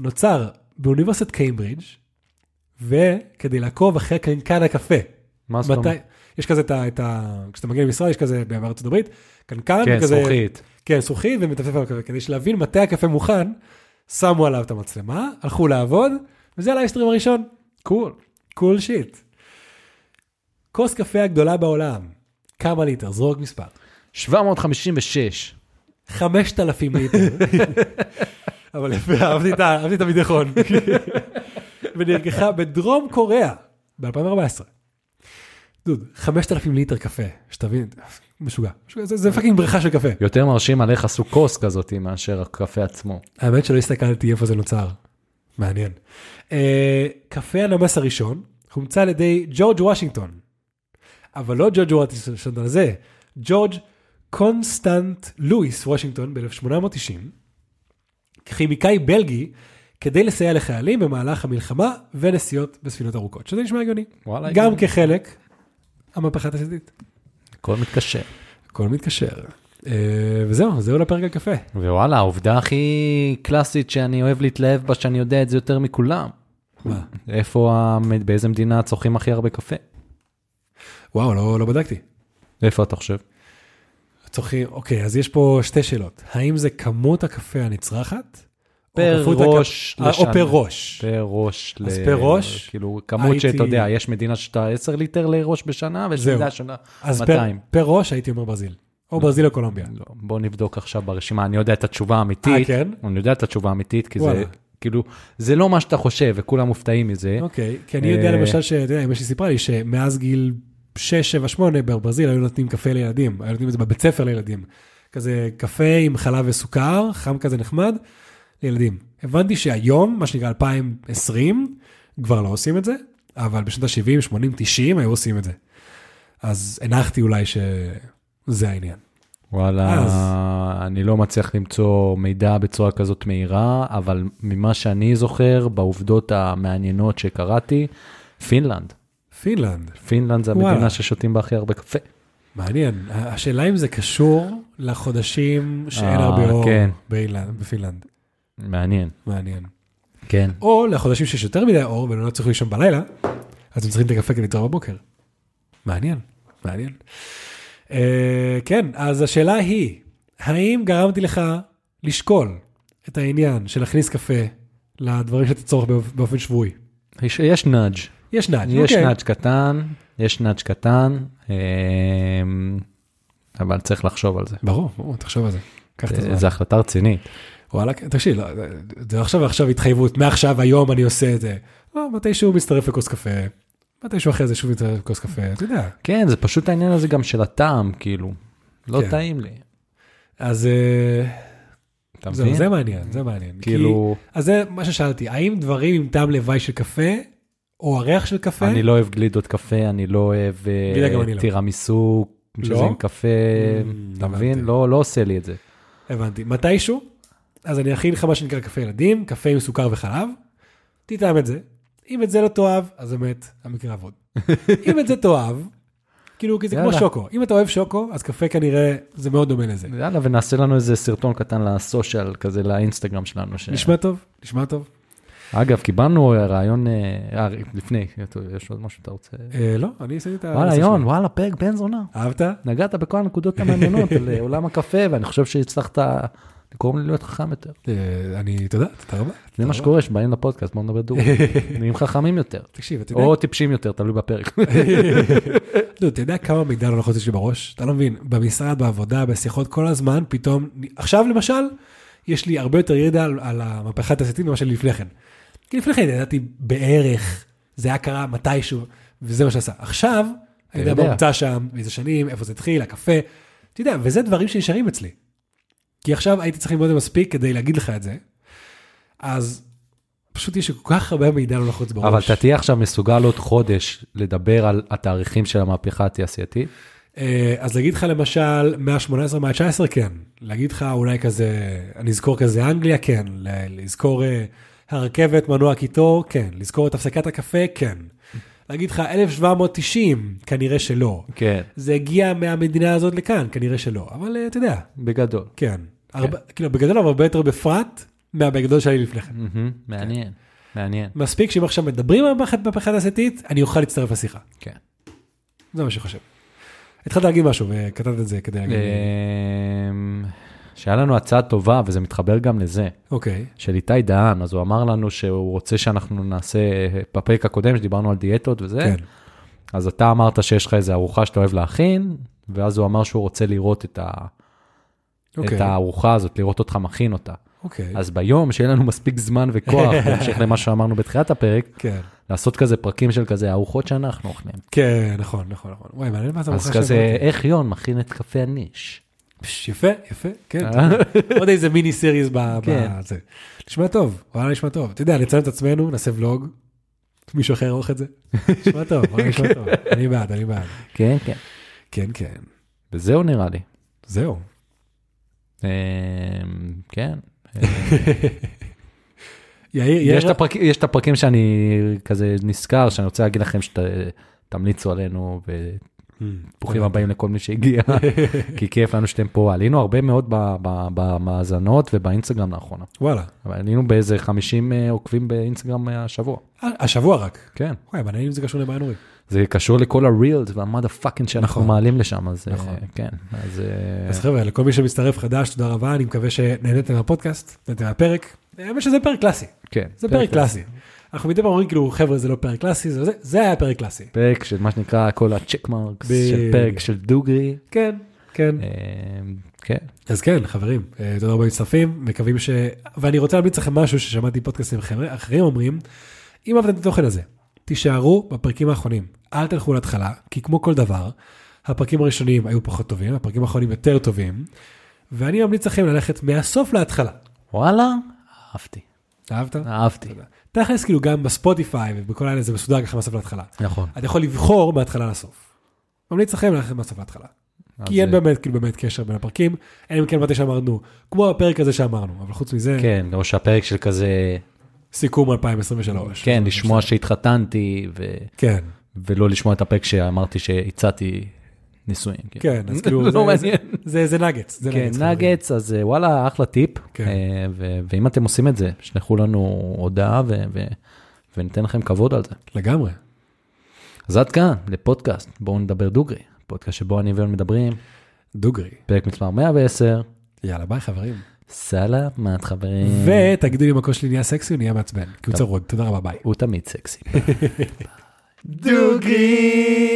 S1: נוצר באוניברסיטת קיימברידג', וכדי לעקוב אחרי קנקן הקפה.
S2: מה זאת
S1: מתי,
S2: אומרת?
S1: יש כזה את ה... את ה כשאתה מגיע למשרד, יש כזה בארצות הברית, קנקן,
S2: כן,
S1: וכזה-
S2: זכוכית.
S1: כן, זכוכית ומטפטף על הקפה, כדי להבין מתי הקפה מוכן, שמו עליו את המצלמה, הלכו לעבוד, וזה הלייב סטרים הראשון.
S2: קול.
S1: קול שיט. כוס קפה הגדולה בעולם, כמה ליטר, זרוק מספר.
S2: 756.
S1: 5,000 ליטר. [LAUGHS] אבל יפה, אהבתי את ה- אהבתי את [LAUGHS] הביטחון. ונרגחה בדרום קוריאה ב-2014. דוד, 5,000 ליטר קפה, שתבין, משוגע. משוגע, זה- זה פאקינג בריכה של קפה.
S2: יותר מרשים עליך עשו כוס כזאת מאשר הקפה עצמו.
S1: האמת שלא הסתכלתי איפה זה נוצר. מעניין. אה, קפה הנמס הראשון הומצא על ידי ג'ורג' וושינגטון. אבל לא ג'ורג' וושינגטון הזה, ג'ורג' קונסטנט לואיס וושינגטון ב-1890, כימיקאי בלגי, כדי לסייע לחיילים במהלך המלחמה ונסיעות בספינות ארוכות, שזה נשמע הגיוני.
S2: וואלה,
S1: גם כן.
S2: הגיוני.
S1: כחלק המהפכה התעשייתית.
S2: הכל מתקשר.
S1: הכל מתקשר. אה, וזהו, זהו לפרק על קפה.
S2: ווואלה, העובדה הכי קלאסית שאני אוהב להתלהב בה, שאני יודע את זה יותר מכולם.
S1: מה?
S2: איפה, המ- באיזה מדינה צורכים הכי הרבה קפה?
S1: וואו, לא, לא בדקתי.
S2: איפה אתה חושב?
S1: צורכים, אוקיי, אז יש פה שתי שאלות. האם זה כמות הקפה הנצרכת? או
S2: פר
S1: כמות הק-
S2: ראש
S1: אה,
S2: לשנה.
S1: או פר ראש.
S2: פר ראש.
S1: אז פר ראש,
S2: כאילו, כמות שאתה
S1: הייתי-
S2: יודע, יש מדינה שאתה 10 ליטר לראש בשנה, ויש
S1: זהו.
S2: מדינה שונה
S1: אז פר,
S2: 200.
S1: פר ראש הייתי אומר ברזיל. או ברזיל או קולומביה.
S2: לא, בוא נבדוק עכשיו ברשימה, אני יודע את התשובה
S1: אה,
S2: האמיתית.
S1: כן?
S2: אני יודע את התשובה האמיתית, כי זה,
S1: וואלה.
S2: כאילו, זה לא מה שאתה חושב, וכולם מופתעים מזה.
S1: אוקיי, כי אני יודע
S2: אה,
S1: למשל ש... אתה יודע, אמא שלי סיפרה לי שמאז גיל 6, 7, 8 בברזיל היו נותנים קפה לילדים. היו נותנים את זה בבית ספר לילדים. כזה קפה עם חלב וסוכר, חם כזה נחמד, לילדים. הבנתי שהיום, מה שנקרא 2020, כבר לא עושים את זה, אבל בשנות ה-70, 80, 90 היו עושים את זה. אז הנחתי אולי שזה העניין.
S2: וואלה,
S1: אז.
S2: אני לא מצליח למצוא מידע בצורה כזאת מהירה, אבל ממה שאני זוכר, בעובדות המעניינות שקראתי, פינלנד.
S1: פינלנד,
S2: פינלנד זה
S1: וואלה.
S2: המדינה ששותים בה הכי הרבה קפה.
S1: מעניין. ה- השאלה אם זה קשור לחודשים שאין
S2: אה,
S1: הרבה אור
S2: כן.
S1: באילנד- בפינלנד.
S2: מעניין.
S1: מעניין.
S2: כן.
S1: או לחודשים שיש יותר מדי אור ולא צריך לישון בלילה, אז הם צריכים את הקפה כדי להתעורר בבוקר. מעניין, מעניין. Uh, כן, אז השאלה היא, האם גרמתי לך לשקול את העניין של להכניס קפה לדברים שאתה צורך באופ- באופן שבועי?
S2: יש, יש נאג'.
S1: יש נאג',
S2: יש
S1: אוקיי.
S2: נאג' קטן, יש נאג' קטן, אמ, אבל צריך לחשוב על זה.
S1: ברור, ברור, תחשוב על זה. קח את
S2: זה-
S1: הזמן.
S2: זו החלטה רצינית.
S1: וואלה, כן, תקשיב, לא, זה- זה עכשיו עכשיו התחייבות, מעכשיו היום אני עושה את זה. לא, מתישהו מצטרף לכוס קפה, מתישהו אחרי זה שוב מצטרף לכוס קפה, אתה יודע.
S2: כן, זה פשוט העניין הזה גם של הטעם, כאילו. לא
S1: כן.
S2: טעים לי.
S1: אז אה,
S2: אתה
S1: זהו,
S2: מבין?
S1: זה מעניין, זה מעניין. כי-
S2: כאילו,
S1: אז זה מה ששאלתי, האם דברים עם טעם לוואי של קפה, או הריח של קפה,
S2: אני לא אוהב גלידות קפה, אני לא אוהב אה,
S1: גלידה גם אני לא.
S2: טירמיסו, שזה
S1: לא?
S2: עם קפה,
S1: Mm,
S2: אתה
S1: הבנתי.
S2: מבין? לא לא עושה לי את זה.
S1: הבנתי, מתישהו, אז אני אכין לך מה שנקרא קפה ילדים, קפה עם סוכר וחלב, תטעם את זה. אם את זה לא תאהב, אז אמת, המקרה
S2: [LAUGHS]
S1: אבוד. אם את זה תאהב, כאילו, כי זה כמו
S2: יאללה.
S1: שוקו. אם אתה אוהב שוקו, אז קפה כנראה, זה מאוד דומה לזה.
S2: יאללה, ונעשה לנו איזה סרטון קטן לסושיאל, כזה לאינסטגרם שלנו. ש-
S1: נשמע טוב, נשמע טוב.
S2: אגב, קיבלנו אה, רעיון, אה, אה, לפני, יש עוד משהו שאתה רוצה?
S1: אה, לא, אני עשיתי את ה...
S2: וואלה, יון, וואלה, פרק בן זונה.
S1: אהבת?
S2: נגעת בכל הנקודות [LAUGHS] המעניינות על אה, עולם הקפה, ואני חושב שהצלחת לגרום לי להיות חכם יותר.
S1: אה, אני, תודה, תודה רבה.
S2: זה מה שקורה כשבאים לפודקאסט, בואו נדבר דור. [LAUGHS] נהיים חכמים יותר.
S1: תקשיב, אתה יודע,
S2: או טיפשים יותר, תלוי [LAUGHS] בפרק.
S1: לא, אתה יודע כמה מידע לא נכון יש לי בראש? אתה לא מבין, במשרד, בעבודה, בשיחות, כל הזמן, פתאום, עכשיו למשל, יש לי הרבה יותר ידע על, על המהפכה התעשייתית ממה שלי לפני כן. כי לפני כן ידעתי בערך, זה היה קרה מתישהו, וזה מה שעשה. עכשיו, אני יודע
S2: יודע.
S1: מה הומצא שם, באיזה שנים, איפה זה התחיל, הקפה, אתה יודע, וזה דברים שנשארים אצלי. כי עכשיו הייתי צריך ללמוד את זה מספיק כדי להגיד לך את זה, אז פשוט יש לי כל כך הרבה מידע לא לחוץ בראש.
S2: אבל אתה תהיה עכשיו מסוגל עוד חודש לדבר על התאריכים של המהפכה התעשייתית.
S1: אה, אז להגיד לך למשל מה-18 מה-19 כן, להגיד לך אולי כזה, אני אזכור כזה אנגליה כן, ל- לזכור אה, הרכבת, מנוע קיטור כן, לזכור את הפסקת הקפה כן, להגיד לך 1790 כנראה שלא,
S2: כן.
S1: זה הגיע מהמדינה הזאת לכאן כנראה שלא, אבל אה, אתה יודע,
S2: בגדול.
S1: כן, הרבה, כאילו בגדול אבל הרבה יותר בפרט מהבגדול שהיה לי לפני כן.
S2: מהמם, מעניין, מעניין.
S1: מספיק שאם עכשיו מדברים על מהפכת- מהפכה תעשייתית, אני אוכל להצטרף לשיחה,
S2: כן.
S1: זה מה שאני חושב. התחלת להגיד משהו וקטעת את זה כדי
S2: אה,
S1: להגיד,
S2: אמ, שהיה לנו הצעה טובה, וזה מתחבר גם לזה,
S1: אוקיי.
S2: של איתי דהן, אז הוא אמר לנו שהוא רוצה שאנחנו נעשה, אה, בפרק הקודם שדיברנו על דיאטות וזה,
S1: כן.
S2: אז אתה אמרת שיש לך איזו ארוחה שאתה אוהב להכין, ואז הוא אמר שהוא רוצה לראות את, ה...
S1: אוקיי.
S2: את הארוחה הזאת, לראות אותך מכין אותה.
S1: אוקיי.
S2: אז ביום שיהיה לנו מספיק זמן
S1: [LAUGHS]
S2: וכוח, בהמשך למה שאמרנו בתחילת הפרק,
S1: כן.
S2: לעשות כזה פרקים של כזה ארוחות שאנחנו אוכלים.
S1: כן, נכון, נכון, נכון. וואי, מעניין מה אתה
S2: אז כזה, איך יון מכין את קפה הניש?
S1: יפה, יפה, כן. [LAUGHS] עוד איזה מיני סיריס ב-
S2: אה? כן.
S1: בזה. נשמע טוב, וואלה נשמע טוב. אתה יודע, נציין את עצמנו, נעשה ולוג, מישהו אחר יערוך את
S2: [LAUGHS]
S1: זה. נשמע טוב, וואלה נשמע טוב. אני בעד, אני בעד.
S2: כן, כן.
S1: כן, כן.
S2: וזהו נראה לי.
S1: זהו.
S2: אמ, כן.
S1: יאיר,
S2: יש את
S1: יאיר,
S2: הפרק- יש את הפרקים שאני כזה נזכר, שאני רוצה להגיד לכם שתמליצו עלינו,
S1: אה, אוקיי.
S2: וברוכים הבאים לכל מי שהגיע,
S1: [LAUGHS]
S2: כי כיף לנו שאתם פה. עלינו הרבה מאוד ב- ב- במאזנות ובאינסטגרם לאחרונה.
S1: וואלה.
S2: אבל עלינו באיזה 50 אה, עוקבים באינסטגרם אה, השבוע.
S1: ה- השבוע רק.
S2: כן.
S1: וואי, מעניין אם זה קשור לבעיה נורית.
S2: זה קשור לכל הריאלס והמאדה פאקינג שאנחנו
S1: נכון.
S2: מעלים לשם, אז אה,
S1: נכון.
S2: כן, אז אה,
S1: אז חבר'ה, לכל מי שמצטרף חדש, תודה רבה, אני מקווה שנהנתם מהפודקאסט, נהנתם מהפרק. האמת שזה פרק קלאסי.
S2: כן.
S1: זה פרק קלאסי. אנחנו מדי פעם אומרים כאילו חבר'ה זה לא פרק קלאסי זה זה זה היה פרק קלאסי.
S2: פרק של מה שנקרא כל הצ'ק מרקס, של
S1: בדיוק.
S2: פרק של דוגרי.
S1: כן כן
S2: אה, כן,
S1: אז כן חברים אה, תודה רבה מצטרפים מקווים ש ואני רוצה להמליץ לכם משהו ששמעתי פודקאסטים אחרים- אחרים אומרים אם אהבתם את התוכן הזה תישארו בפרקים האחרונים אל תלכו להתחלה כי כמו כל דבר הפרקים הראשונים היו פחות טובים הפרקים האחרונים יותר טובים ואני ממליץ לכם ללכת מהסוף להתחלה.
S2: וואלה, אהבתי,
S1: אהבת?
S2: אהבתי.
S1: תכלס כאילו גם בספוטיפיי ובכל האלה זה מסודר ככה מהסוף להתחלה.
S2: נכון.
S1: אתה יכול לבחור מההתחלה לסוף. ממליץ לכם ללכת מהסוף להתחלה. כי אין באמת, כאילו באמת קשר בין הפרקים, אלא אם כן מתי שאמרנו, כמו הפרק הזה שאמרנו, אבל חוץ מזה,
S2: כן, או שהפרק של כזה,
S1: סיכום 2023.
S2: כן, לשמוע שהתחתנתי, ו-
S1: כן,
S2: ולא לשמוע את הפרק שאמרתי שהצעתי נישואים. כן.
S1: כן,
S2: [LAUGHS]
S1: אז כאילו,
S2: לא
S1: זה-
S2: מעניין.
S1: זה- זה זה נגץ, זה
S2: כן,
S1: נגץ. חברים.
S2: נגץ, אז אה, וואלה, אחלה טיפ.
S1: כן.
S2: אה, ו- ואם אתם עושים את זה, שלחו לנו הודעה ו- ו- וניתן לכם כבוד על זה.
S1: לגמרי.
S2: אז עד כאן, לפודקאסט, בואו נדבר דוגרי. פודקאסט שבו אני ויון מדברים,
S1: דוגרי.
S2: פרק מספר 110,
S1: יאללה, ביי חברים.
S2: סלמת חברים.
S1: ותגידו לי אם הקול שלי נהיה סקסי או נהיה מעצבן, כי הוא צרוד. תודה רבה, ביי.
S2: הוא תמיד סקסי.
S1: דוגרי!